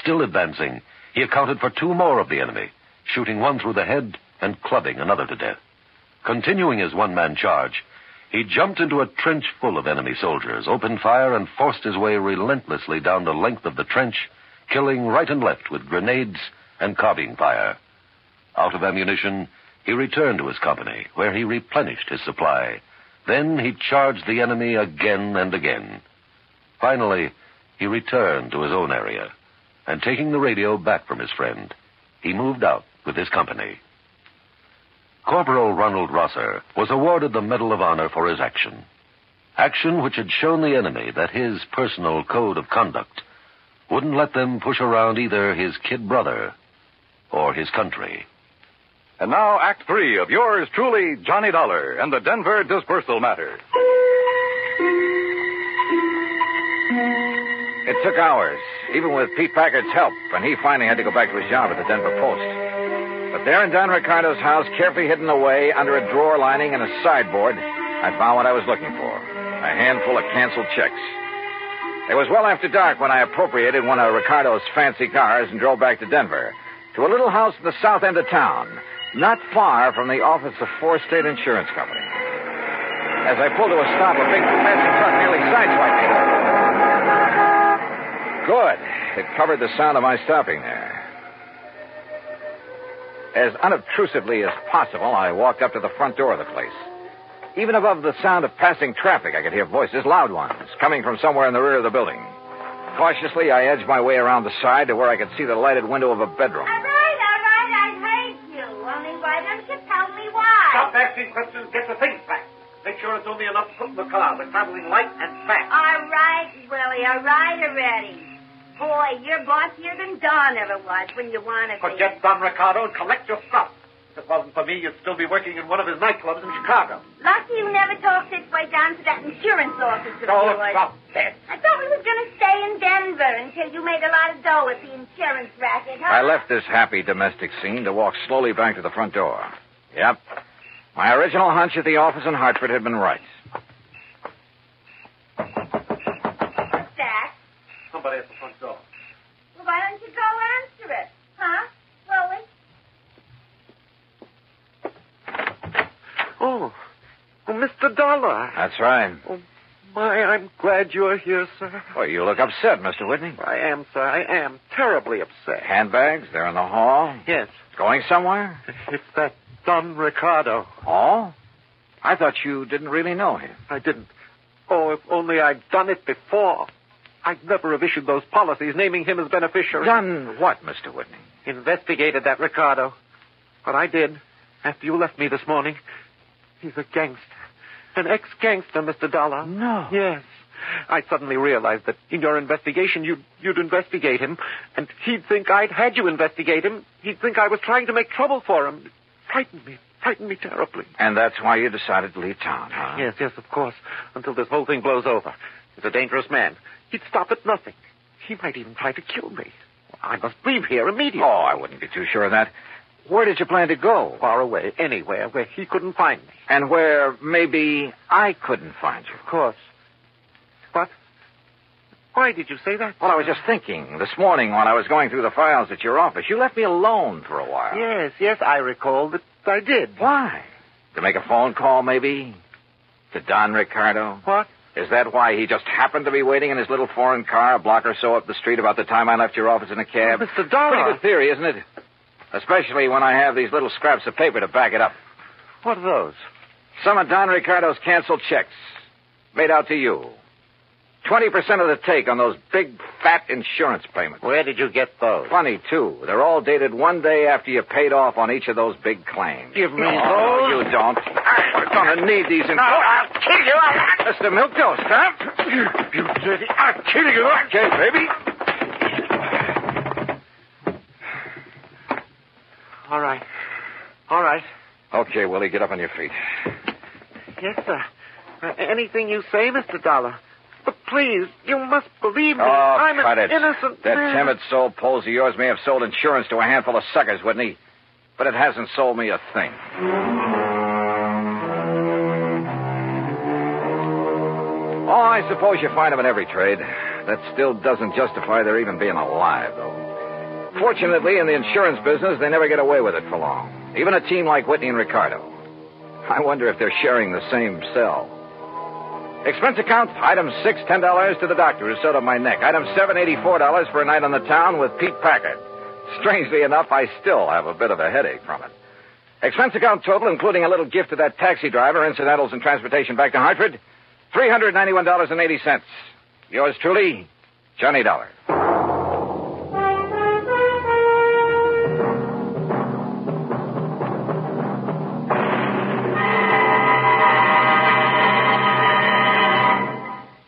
Still advancing, he accounted for two more of the enemy, shooting one through the head and clubbing another to death. Continuing his one man charge, he jumped into a trench full of enemy soldiers, opened fire, and forced his way relentlessly down the length of the trench, killing right and left with grenades and carbine fire. Out of ammunition, he returned to his company, where he replenished his supply. Then he charged the enemy again and again. Finally, he returned to his own area, and taking the radio back from his friend, he moved out with his company. Corporal Ronald Rosser was awarded the Medal of Honor for his action. Action which had shown the enemy that his personal code of conduct wouldn't let them push around either his kid brother or his country. And now, Act three of yours truly, Johnny Dollar, and the Denver dispersal matter. It took hours, even with Pete Packard's help, and he finally had to go back to his job at the Denver Post. But there in Don Ricardo's house, carefully hidden away under a drawer lining and a sideboard, I found what I was looking for a handful of canceled checks. It was well after dark when I appropriated one of Ricardo's fancy cars and drove back to Denver, to a little house in the south end of town, not far from the office of Four State Insurance Company. As I pulled to a stop, a big fancy truck nearly sideswiped me. Good. It covered the sound of my stopping there. As unobtrusively as possible, I walked up to the front door of the place. Even above the sound of passing traffic, I could hear voices, loud ones, coming from somewhere in the rear of the building. Cautiously, I edged my way around the side to where I could see the lighted window of a bedroom. All right, all right, I hate you. Only why don't you tell me why? Stop asking questions. Get the things back. Make sure it's only enough soot in the car, the traveling light and fast. All right, Willie, all right already. Boy, you're bossier than Don ever was when you wanted to. Forget Don Ricardo and collect your stuff. If it wasn't for me, you'd still be working in one of his nightclubs in Chicago. Lucky you never talked this way down to that insurance office of Oh, yours. stop that. I thought we was going to stay in Denver until you made a lot of dough with the insurance racket, huh? I left this happy domestic scene to walk slowly back to the front door. Yep. My original hunch at the office in Hartford had been right. That. Somebody at the front door. Well, why don't you go answer it, huh, Willie? Oh, oh Mr. Dollar. That's right. my, I'm glad you're here, sir. Well, you look upset, Mr. Whitney. I am, sir. I am terribly upset. Handbags, they're in the hall. Yes. Going somewhere? It's that Don Ricardo. Oh? I thought you didn't really know him. I didn't. Oh, if only I'd done it before. I'd never have issued those policies naming him as beneficiary. Done what, Mr. Whitney? Investigated that Ricardo. What I did after you left me this morning. He's a gangster. An ex gangster, Mr. Dollar. No. Yes. I suddenly realized that in your investigation, you'd, you'd investigate him, and he'd think I'd had you investigate him. He'd think I was trying to make trouble for him. It frightened me. It Frightened me terribly. And that's why you decided to leave town, huh? Yes, yes, of course. Until this whole thing blows over. He's a dangerous man. He'd stop at nothing. He might even try to kill me. I must leave here immediately. Oh, I wouldn't be too sure of that. Where did you plan to go? Far away, anywhere where he couldn't find me. And where maybe I couldn't find you. Of course. What? Why did you say that? Well, I was just thinking this morning when I was going through the files at your office. You left me alone for a while. Yes, yes, I recall that I did. Why? To make a phone call, maybe? To Don Ricardo? What? Is that why he just happened to be waiting in his little foreign car a block or so up the street about the time I left your office in a cab? Oh, Mr. Dollar. Pretty good theory, isn't it? Especially when I have these little scraps of paper to back it up. What are those? Some of Don Ricardo's canceled checks. Made out to you. 20% of the take on those big, fat insurance payments. Where did you get those? Funny, too. They're all dated one day after you paid off on each of those big claims. Give me no, those. you don't. We're going to need these in... No, I'll kill you. Mr. Milko, stop. You, you dirty. I'll kill you. Okay, baby. All right. All right. Okay, Willie, get up on your feet. Yes, sir. Uh, anything you say, Mr. Dollar. But please, you must believe me. Oh, I'm cut an it. innocent That man. timid soul pose of yours may have sold insurance to a handful of suckers, Whitney, but it hasn't sold me a thing. Oh, I suppose you find them in every trade. That still doesn't justify their even being alive, though. Fortunately, in the insurance business, they never get away with it for long. Even a team like Whitney and Ricardo. I wonder if they're sharing the same cell. Expense account, item six, ten dollars to the doctor who sewed up my neck. Item seven, eighty-four dollars for a night on the town with Pete Packard. Strangely enough, I still have a bit of a headache from it. Expense account total, including a little gift to that taxi driver, incidentals and transportation back to Hartford, three hundred ninety-one dollars and eighty cents. Yours truly, Johnny Dollar.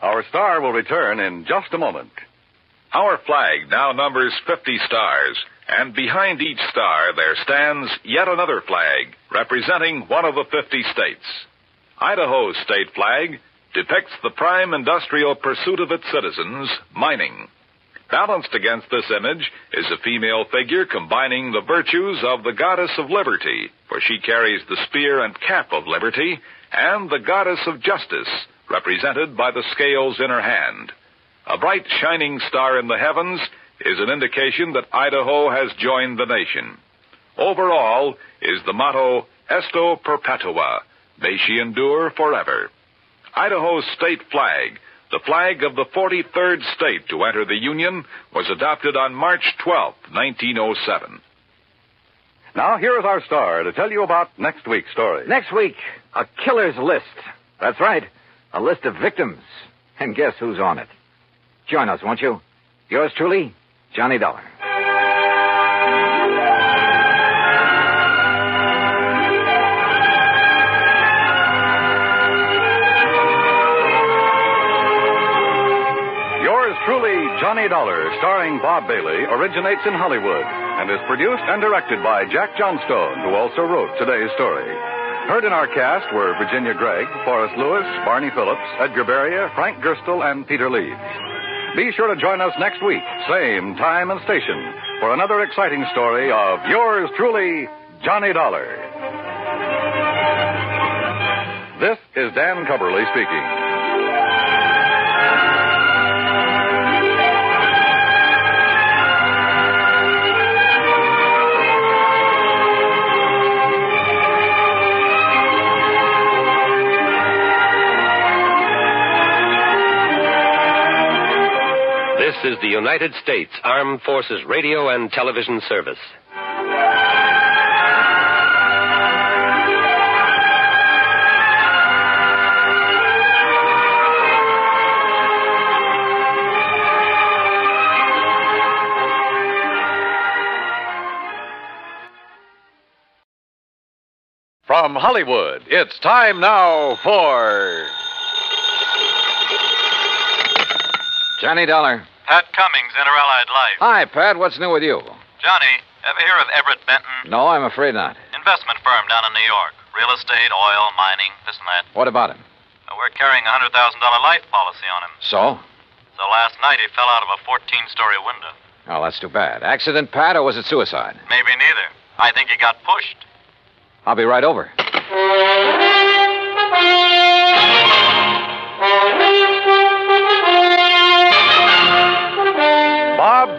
Our star will return in just a moment. Our flag now numbers 50 stars, and behind each star there stands yet another flag representing one of the 50 states. Idaho's state flag depicts the prime industrial pursuit of its citizens, mining. Balanced against this image is a female figure combining the virtues of the goddess of liberty, for she carries the spear and cap of liberty, and the goddess of justice, represented by the scales in her hand. A bright shining star in the heavens is an indication that Idaho has joined the nation. Overall is the motto Esto Perpetua, may she endure forever. Idaho's state flag, the flag of the 43rd state to enter the Union, was adopted on March oh 12, 1907. Now, here is our star to tell you about Next week's story. Next week, a killer's list. That's right, a list of victims. And guess who's on it? Join us, won't you? Yours truly, Johnny Dollar. Yours truly, Johnny Dollar, starring Bob Bailey, originates in Hollywood and is produced and directed by Jack Johnstone, who also wrote today's story. Heard in our cast were Virginia Gregg, Forrest Lewis, Barney Phillips, Edgar Beria, Frank Gerstel, and Peter Leeds. Be sure to join us next week, same time and station, for another exciting story of yours truly, Johnny Dollar. This is Dan Coverly speaking. is the United States Armed Forces Radio and Television Service. From Hollywood, it's time now for. Johnny Dollar. Pat Cummings, Interallied Life. Hi, Pat. What's new with you? Johnny, ever hear of Everett Benton? No, I'm afraid not. Investment firm down in New York. Real estate, oil, mining, this and that. What about him? Uh, We're carrying a $100,000 life policy on him. So? So last night he fell out of a 14 story window. Oh, that's too bad. Accident, Pat, or was it suicide? Maybe neither. I think he got pushed. I'll be right over. Bob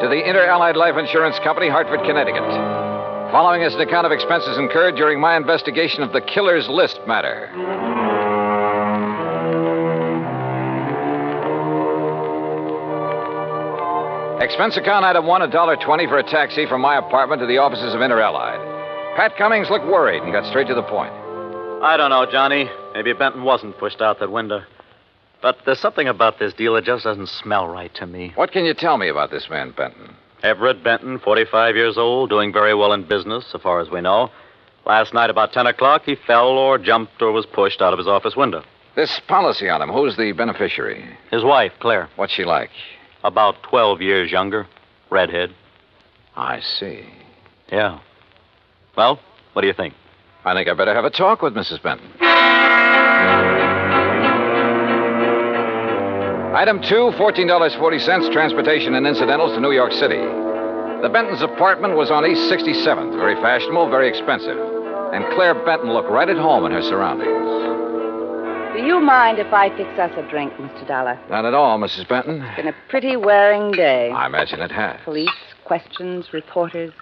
to the Inter Allied Life Insurance Company, Hartford, Connecticut. Following is an account of expenses incurred during my investigation of the killer's list matter. Expense account item one, $1.20 for a taxi from my apartment to the offices of Inter Allied. Pat Cummings looked worried and got straight to the point. I don't know, Johnny. Maybe Benton wasn't pushed out that window. But there's something about this deal that just doesn't smell right to me. What can you tell me about this man, Benton? Everett Benton, 45 years old, doing very well in business, so far as we know. Last night, about 10 o'clock, he fell or jumped or was pushed out of his office window. This policy on him, who's the beneficiary? His wife, Claire. What's she like? About 12 years younger. Redhead. I see. Yeah. Well, what do you think? I think I better have a talk with Mrs. Benton. Item two, $14.40, transportation and incidentals to New York City. The Bentons' apartment was on East 67th, very fashionable, very expensive. And Claire Benton looked right at home in her surroundings. Do you mind if I fix us a drink, Mr. Dollar? Not at all, Mrs. Benton. It's been a pretty wearing day. I imagine it has. Police, questions, reporters.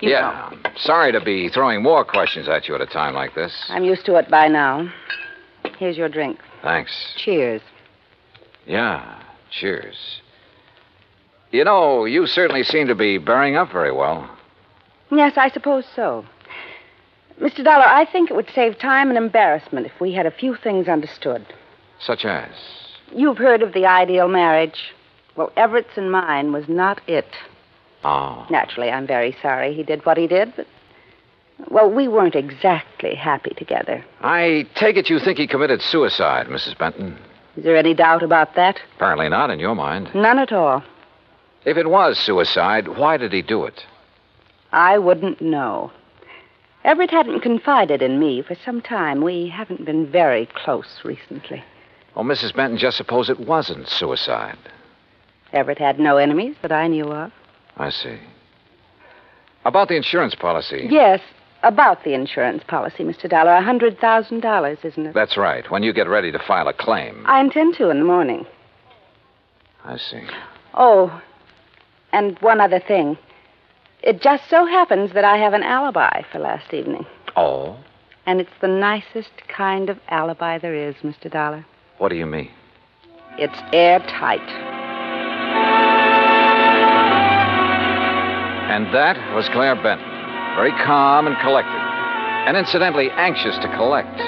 You know. yeah. Sorry to be throwing more questions at you at a time like this. I'm used to it by now. Here's your drink. Thanks. Cheers. Yeah. Cheers. You know, you certainly seem to be bearing up very well. Yes, I suppose so. Mr. Dollar, I think it would save time and embarrassment if we had a few things understood. Such as? You've heard of the ideal marriage. Well, Everett's and mine was not it. Oh. Naturally, I'm very sorry he did what he did, but. Well, we weren't exactly happy together. I take it you think he committed suicide, Mrs. Benton. Is there any doubt about that? Apparently not in your mind. None at all. If it was suicide, why did he do it? I wouldn't know. Everett hadn't confided in me for some time. We haven't been very close recently. Well, Mrs. Benton, just suppose it wasn't suicide. Everett had no enemies that I knew of. I see. About the insurance policy. Yes, about the insurance policy, Mr. Dollar. A hundred thousand dollars, isn't it? That's right. When you get ready to file a claim. I intend to in the morning. I see. Oh, and one other thing. It just so happens that I have an alibi for last evening. Oh? And it's the nicest kind of alibi there is, Mr. Dollar. What do you mean? It's airtight. And that was Claire Benton, very calm and collected, and incidentally anxious to collect.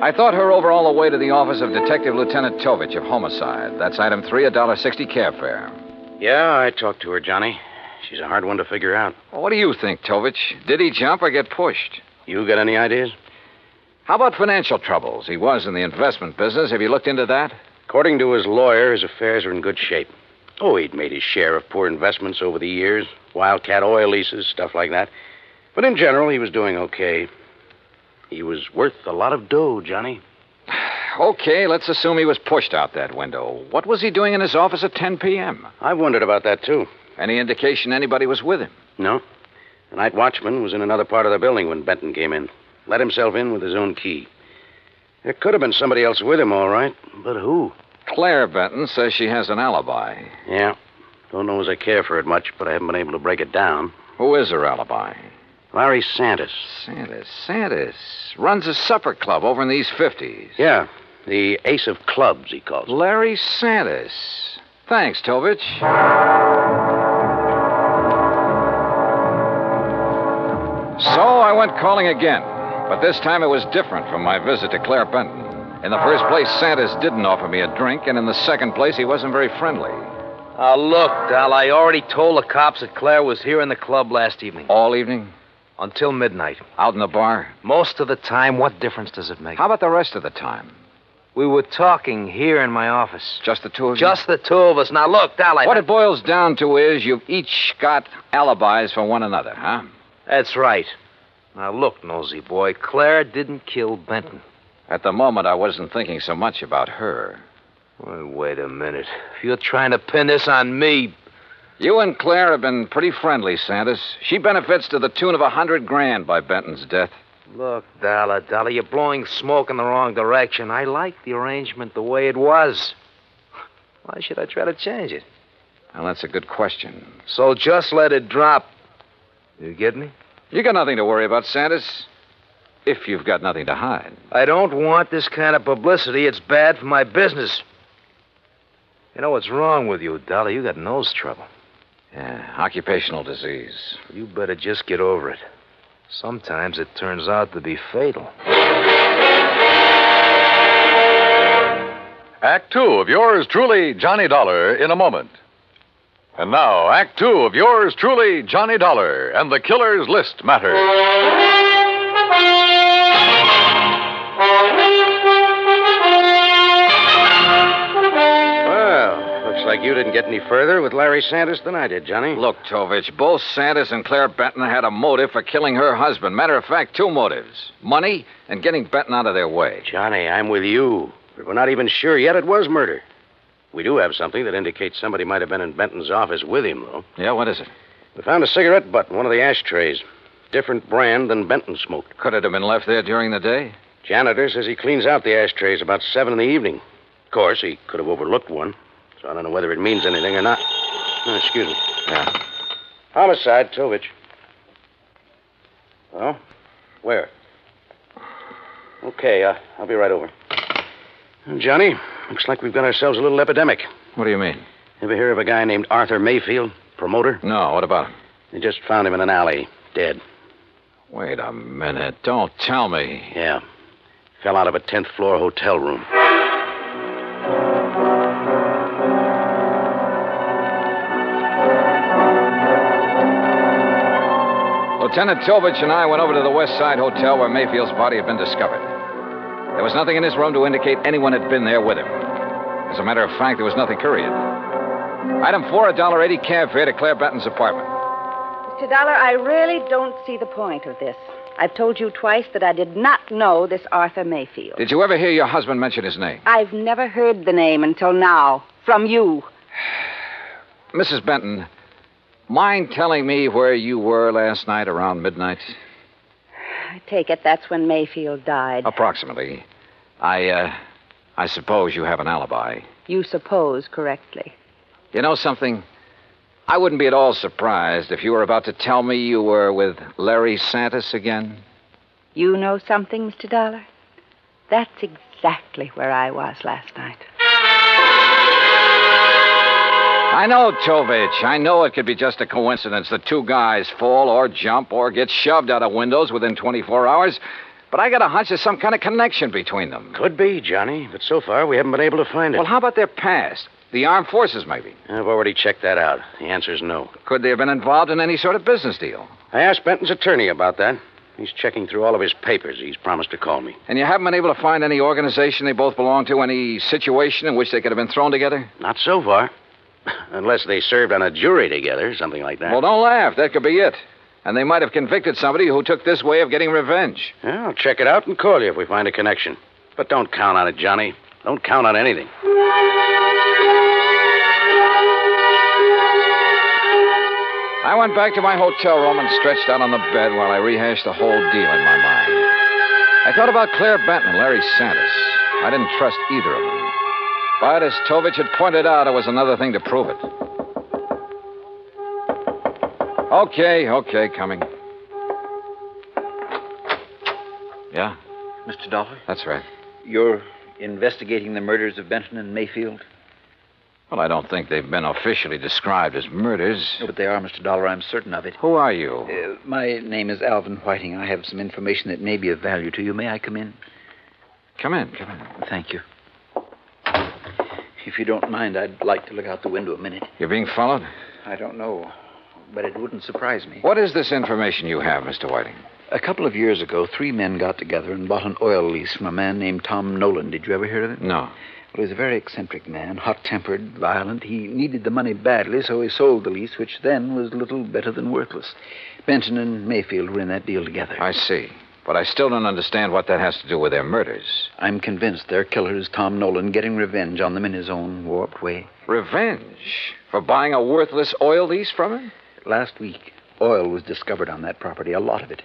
I thought her over all the way to the office of Detective Lieutenant Tovich of Homicide. That's item three, a dollar sixty cab fare. Yeah, I talked to her, Johnny. She's a hard one to figure out. Well, what do you think, Tovich? Did he jump or get pushed? You got any ideas? How about financial troubles? He was in the investment business. Have you looked into that? According to his lawyer, his affairs are in good shape. Oh, he'd made his share of poor investments over the years wildcat oil leases, stuff like that. But in general, he was doing okay. He was worth a lot of dough, Johnny. Okay, let's assume he was pushed out that window. What was he doing in his office at 10 p.m.? I wondered about that, too. Any indication anybody was with him? No. The night watchman was in another part of the building when Benton came in. Let himself in with his own key. There could have been somebody else with him, all right, but who? Claire Benton says she has an alibi. Yeah. Don't know as I care for it much, but I haven't been able to break it down. Who is her alibi? Larry Santis. Santis. Santis. Runs a supper club over in the East 50s. Yeah. The ace of clubs, he calls it. Larry Santis. Thanks, Tovich. So I went calling again, but this time it was different from my visit to Claire Benton. In the first place, Santis didn't offer me a drink, and in the second place, he wasn't very friendly. Uh, look, Dal, I already told the cops that Claire was here in the club last evening. All evening? Until midnight. Out in the bar? Most of the time. What difference does it make? How about the rest of the time? We were talking here in my office. Just the two of you? Just the two of us. Now, look, Dal, I... What it boils down to is you've each got alibis for one another, huh? That's right. Now, look, nosy boy, Claire didn't kill Benton. At the moment, I wasn't thinking so much about her. Well, wait a minute. If you're trying to pin this on me. You and Claire have been pretty friendly, Santis. She benefits to the tune of a hundred grand by Benton's death. Look, Dollar, Dollar, you're blowing smoke in the wrong direction. I like the arrangement the way it was. Why should I try to change it? Well, that's a good question. So just let it drop. You get me? You got nothing to worry about, Santis if you've got nothing to hide. I don't want this kind of publicity. It's bad for my business. You know what's wrong with you, Dolly? You got nose trouble. Yeah, occupational disease. You better just get over it. Sometimes it turns out to be fatal. Act two of yours truly, Johnny Dollar, in a moment. And now, Act two of yours truly, Johnny Dollar, and the killer's list matter. Looks like you didn't get any further with Larry Santis than I did, Johnny. Look, Tovich, both Santis and Claire Benton had a motive for killing her husband. Matter of fact, two motives money and getting Benton out of their way. Johnny, I'm with you. But we're not even sure yet it was murder. We do have something that indicates somebody might have been in Benton's office with him, though. Yeah, what is it? We found a cigarette butt in one of the ashtrays. Different brand than Benton smoked. Could it have been left there during the day? Janitor says he cleans out the ashtrays about seven in the evening. Of course, he could have overlooked one. So I don't know whether it means anything or not. Oh, excuse me. Yeah. Homicide, Tovich. Oh? Where? Okay, uh, I'll be right over. Johnny, looks like we've got ourselves a little epidemic. What do you mean? Ever hear of a guy named Arthur Mayfield, promoter? No, what about him? They just found him in an alley, dead. Wait a minute. Don't tell me. Yeah. Fell out of a 10th floor hotel room. Lieutenant Tovich and I went over to the West Side Hotel where Mayfield's body had been discovered. There was nothing in his room to indicate anyone had been there with him. As a matter of fact, there was nothing curried. Item four, a dollar eighty cab fare to Claire Benton's apartment. Mr. Dollar, I really don't see the point of this. I've told you twice that I did not know this Arthur Mayfield. Did you ever hear your husband mention his name? I've never heard the name until now from you. Mrs. Benton, Mind telling me where you were last night around midnight? I take it that's when Mayfield died. Approximately. I, uh, I suppose you have an alibi. You suppose correctly. You know something? I wouldn't be at all surprised if you were about to tell me you were with Larry Santis again. You know something, Mr. Dollar? That's exactly where I was last night. I know, Tovich. I know it could be just a coincidence that two guys fall or jump or get shoved out of windows within 24 hours, but I got a hunch there's some kind of connection between them. Could be, Johnny, but so far we haven't been able to find it. Well, how about their past? The armed forces, maybe. I've already checked that out. The answer's no. Could they have been involved in any sort of business deal? I asked Benton's attorney about that. He's checking through all of his papers. He's promised to call me. And you haven't been able to find any organization they both belong to, any situation in which they could have been thrown together? Not so far. Unless they served on a jury together, something like that. Well, don't laugh. That could be it. And they might have convicted somebody who took this way of getting revenge. Yeah, I'll check it out and call you if we find a connection. But don't count on it, Johnny. Don't count on anything. I went back to my hotel room and stretched out on the bed while I rehashed the whole deal in my mind. I thought about Claire Benton and Larry Santis. I didn't trust either of them. But as Tovich had pointed out, there was another thing to prove it. Okay, okay, coming. Yeah? Mr. Dollar, That's right. you're investigating the murders of Benton and Mayfield? Well, I don't think they've been officially described as murders. But they are, Mr. Dollar. I'm certain of it. Who are you? Uh, my name is Alvin Whiting. I have some information that may be of value to you. May I come in? Come in, come in. Thank you. If you don't mind, I'd like to look out the window a minute. You're being followed? I don't know, but it wouldn't surprise me. What is this information you have, Mr. Whiting? A couple of years ago, three men got together and bought an oil lease from a man named Tom Nolan. Did you ever hear of him? No. Well, he's a very eccentric man, hot tempered, violent. He needed the money badly, so he sold the lease, which then was little better than worthless. Benton and Mayfield were in that deal together. I see. But I still don't understand what that has to do with their murders. I'm convinced their killer is Tom Nolan getting revenge on them in his own warped way. Revenge? For buying a worthless oil lease from him? Last week, oil was discovered on that property, a lot of it.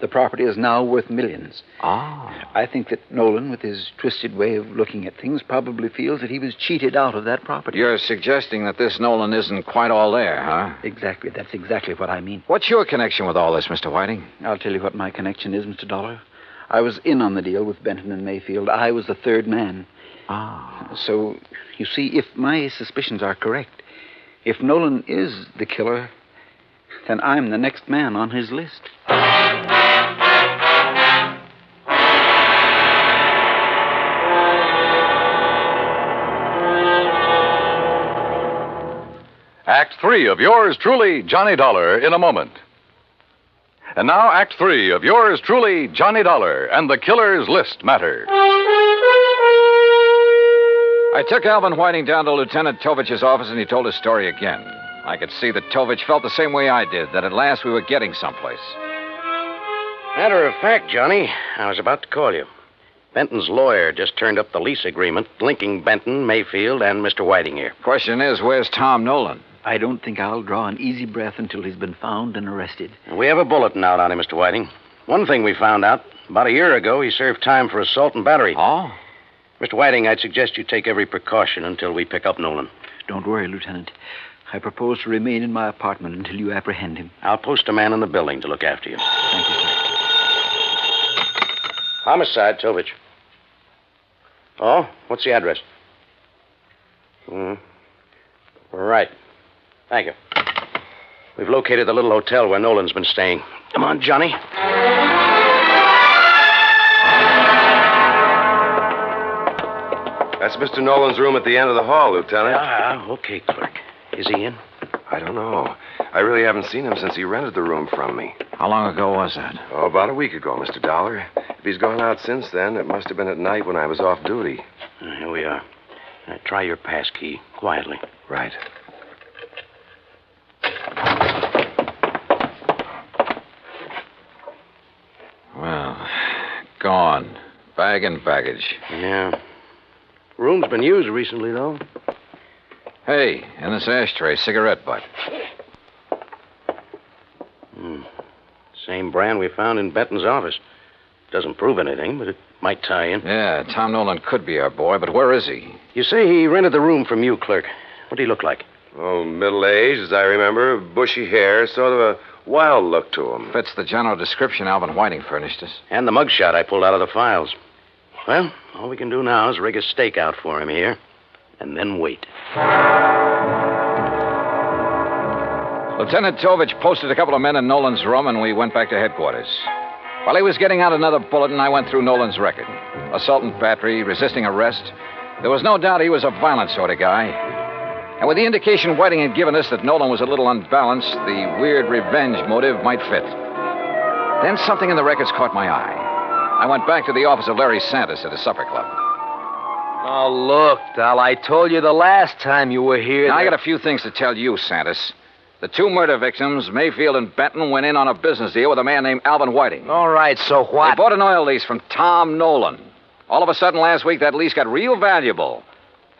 The property is now worth millions. Ah. I think that Nolan, with his twisted way of looking at things, probably feels that he was cheated out of that property. You're suggesting that this Nolan isn't quite all there, huh? Exactly. That's exactly what I mean. What's your connection with all this, Mr. Whiting? I'll tell you what my connection is, Mr. Dollar. I was in on the deal with Benton and Mayfield. I was the third man. Ah. So, you see, if my suspicions are correct, if Nolan is the killer, then I'm the next man on his list. Act three of yours truly, Johnny Dollar, in a moment. And now, Act three of yours truly, Johnny Dollar, and the killer's list matter. I took Alvin Whiting down to Lieutenant Tovich's office and he told his story again. I could see that Tovich felt the same way I did, that at last we were getting someplace. Matter of fact, Johnny, I was about to call you. Benton's lawyer just turned up the lease agreement linking Benton, Mayfield, and Mr. Whiting here. Question is, where's Tom Nolan? I don't think I'll draw an easy breath until he's been found and arrested. We have a bulletin out on him, Mr. Whiting. One thing we found out about a year ago, he served time for assault and battery. Oh? Mr. Whiting, I'd suggest you take every precaution until we pick up Nolan. Don't worry, Lieutenant. I propose to remain in my apartment until you apprehend him. I'll post a man in the building to look after you. Thank you, sir. Homicide, Tovich. Oh, what's the address? Hmm. Right. Thank you. We've located the little hotel where Nolan's been staying. Come on, Johnny. That's Mr. Nolan's room at the end of the hall, Lieutenant. Ah, okay, clerk. Is he in? I don't know. I really haven't seen him since he rented the room from me. How long ago was that? Oh, about a week ago, Mr. Dollar. If he's gone out since then, it must have been at night when I was off duty. Hmm, Here we are. Now, try your pass key quietly. Right. Well, gone. Bag and baggage. Yeah. Room's been used recently, though. Hey, in this ashtray, cigarette butt. Hmm. Same brand we found in Benton's office. Doesn't prove anything, but it might tie in. Yeah, Tom Nolan could be our boy, but where is he? You say he rented the room from you, clerk. What did he look like? Oh, middle aged, as I remember. Bushy hair, sort of a wild look to him. Fits the general description Alvin Whiting furnished us. And the mugshot I pulled out of the files. Well, all we can do now is rig a stakeout for him here, and then wait. Lieutenant Tovich posted a couple of men in Nolan's room, and we went back to headquarters. While he was getting out another bulletin, I went through Nolan's record assault and battery, resisting arrest. There was no doubt he was a violent sort of guy. And with the indication Whiting had given us that Nolan was a little unbalanced, the weird revenge motive might fit. Then something in the records caught my eye. I went back to the office of Larry Santis at the supper club. Oh, look, Dal, I told you the last time you were here. Now, I that- got a few things to tell you, Santis. The two murder victims, Mayfield and Benton, went in on a business deal with a man named Alvin Whiting. All right, so They what? bought an oil lease from Tom Nolan. All of a sudden last week, that lease got real valuable.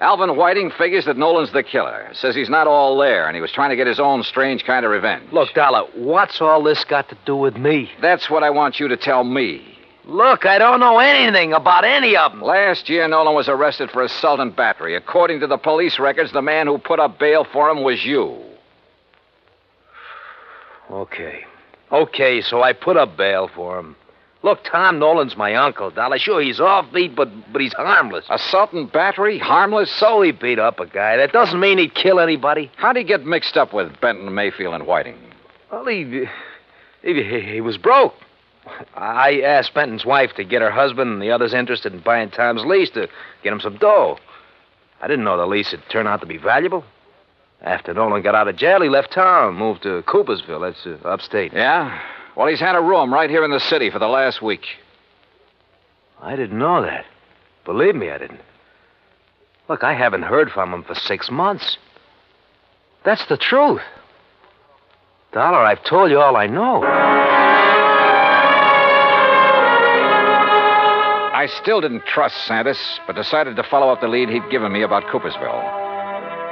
Alvin Whiting figures that Nolan's the killer. Says he's not all there, and he was trying to get his own strange kind of revenge. Look, Dollar, what's all this got to do with me? That's what I want you to tell me. Look, I don't know anything about any of them. Last year, Nolan was arrested for assault and battery. According to the police records, the man who put up bail for him was you. Okay. Okay, so I put up bail for him. Look, Tom Nolan's my uncle, Dollar. Sure, he's offbeat, but but he's harmless. Assault and battery? Harmless? So he beat up a guy. That doesn't mean he'd kill anybody. How'd he get mixed up with Benton, Mayfield, and Whiting? Well, he, he, he was broke. I asked Benton's wife to get her husband and the others interested in buying Tom's lease to get him some dough. I didn't know the lease would turn out to be valuable. After Nolan got out of jail, he left town, moved to Coopersville. That's uh, upstate. Yeah? Well, he's had a room right here in the city for the last week. I didn't know that. Believe me, I didn't. Look, I haven't heard from him for six months. That's the truth. Dollar, I've told you all I know. I still didn't trust Santis, but decided to follow up the lead he'd given me about Coopersville.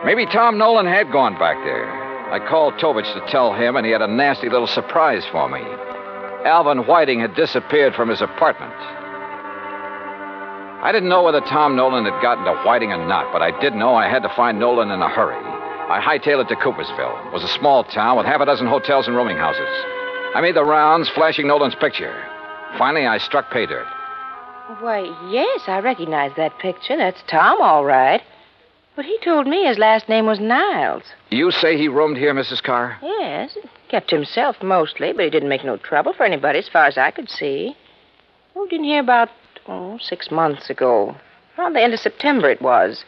Maybe Tom Nolan had gone back there. I called Tovich to tell him, and he had a nasty little surprise for me. Alvin Whiting had disappeared from his apartment. I didn't know whether Tom Nolan had gotten to Whiting or not, but I did know I had to find Nolan in a hurry. I hightailed it to Coopersville. It was a small town with half a dozen hotels and rooming houses. I made the rounds, flashing Nolan's picture. Finally, I struck pay dirt. Why, yes, I recognize that picture. That's Tom, all right. But he told me his last name was Niles. You say he roomed here, Mrs. Carr? Yes. Kept himself mostly, but he didn't make no trouble for anybody as far as I could see. Moved in here about, oh, six months ago. Around the end of September it was.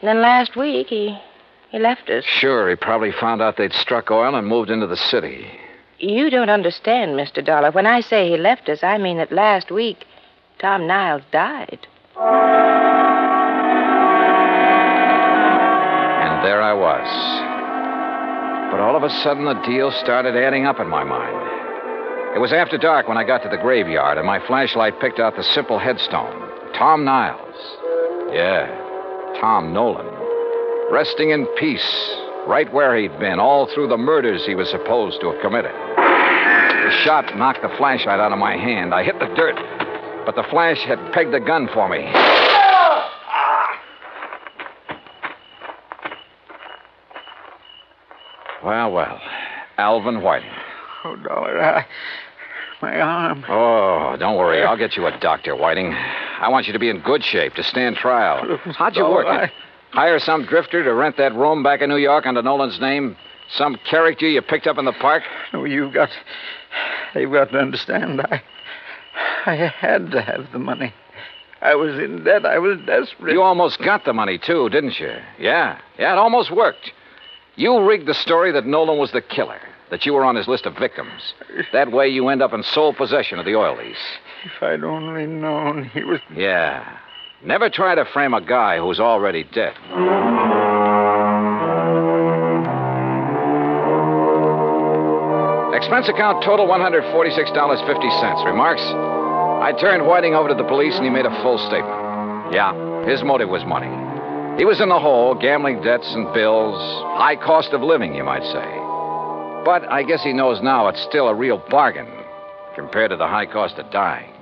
And then last week he he left us. Sure, he probably found out they'd struck oil and moved into the city. You don't understand, Mr. Dollar. When I say he left us, I mean that last week Tom Niles died. And there I was. But all of a sudden, the deal started adding up in my mind. It was after dark when I got to the graveyard, and my flashlight picked out the simple headstone Tom Niles. Yeah, Tom Nolan. Resting in peace, right where he'd been all through the murders he was supposed to have committed. The shot knocked the flashlight out of my hand. I hit the dirt, but the flash had pegged the gun for me. Well, well. Alvin Whiting. Oh, Dollar, I... my arm. Oh, don't worry. I'll get you a doctor, Whiting. I want you to be in good shape to stand trial. How'd you work it? Hire some drifter to rent that room back in New York under Nolan's name? Some character you picked up in the park? No, you've Oh, got. You've got to understand. I. I had to have the money. I was in debt. I was desperate. You almost got the money, too, didn't you? Yeah. Yeah, it almost worked. You rigged the story that Nolan was the killer, that you were on his list of victims. That way you end up in sole possession of the oil lease. If I'd only known he was. Yeah. Never try to frame a guy who's already dead. Expense account total $146.50. Remarks? I turned Whiting over to the police and he made a full statement. Yeah, his motive was money. He was in the hole, gambling debts and bills, high cost of living, you might say. But I guess he knows now it's still a real bargain compared to the high cost of dying.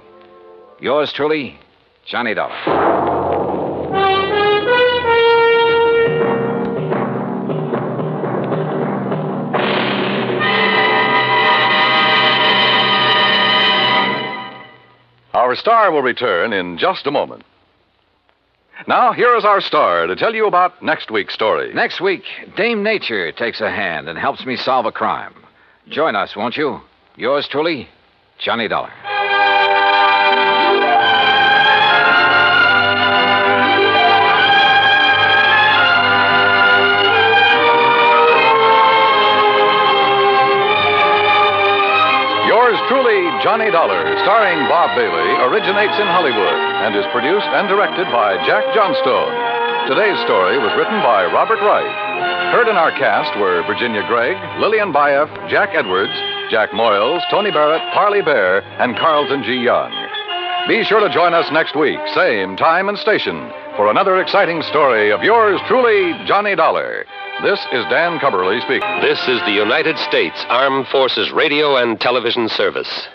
Yours truly, Johnny Dollar. Our star will return in just a moment. Now, here is our star to tell you about next week's story. Next week, Dame Nature takes a hand and helps me solve a crime. Join us, won't you? Yours truly, Johnny Dollar. Yours truly, Johnny Dollar, starring Bob Bailey, originates in Hollywood and is produced and directed by Jack Johnstone. Today's story was written by Robert Wright. Heard in our cast were Virginia Gregg, Lillian Baeff, Jack Edwards, Jack Moyles, Tony Barrett, Parley Bear, and Carlton G. Young. Be sure to join us next week, same time and station, for another exciting story of yours truly, Johnny Dollar. This is Dan Cumberly speaking. This is the United States Armed Forces Radio and Television Service.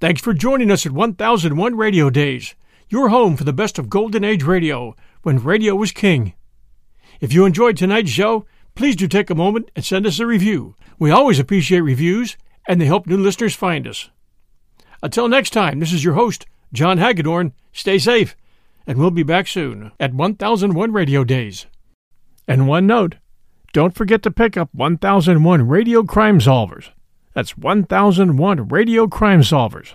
Thanks for joining us at 1001 Radio Days, your home for the best of Golden Age radio, when radio was king. If you enjoyed tonight's show, please do take a moment and send us a review. We always appreciate reviews, and they help new listeners find us. Until next time, this is your host, John Hagedorn. Stay safe, and we'll be back soon at 1001 Radio Days. And one note don't forget to pick up 1001 Radio Crime Solvers. That's 1001 Radio Crime Solvers.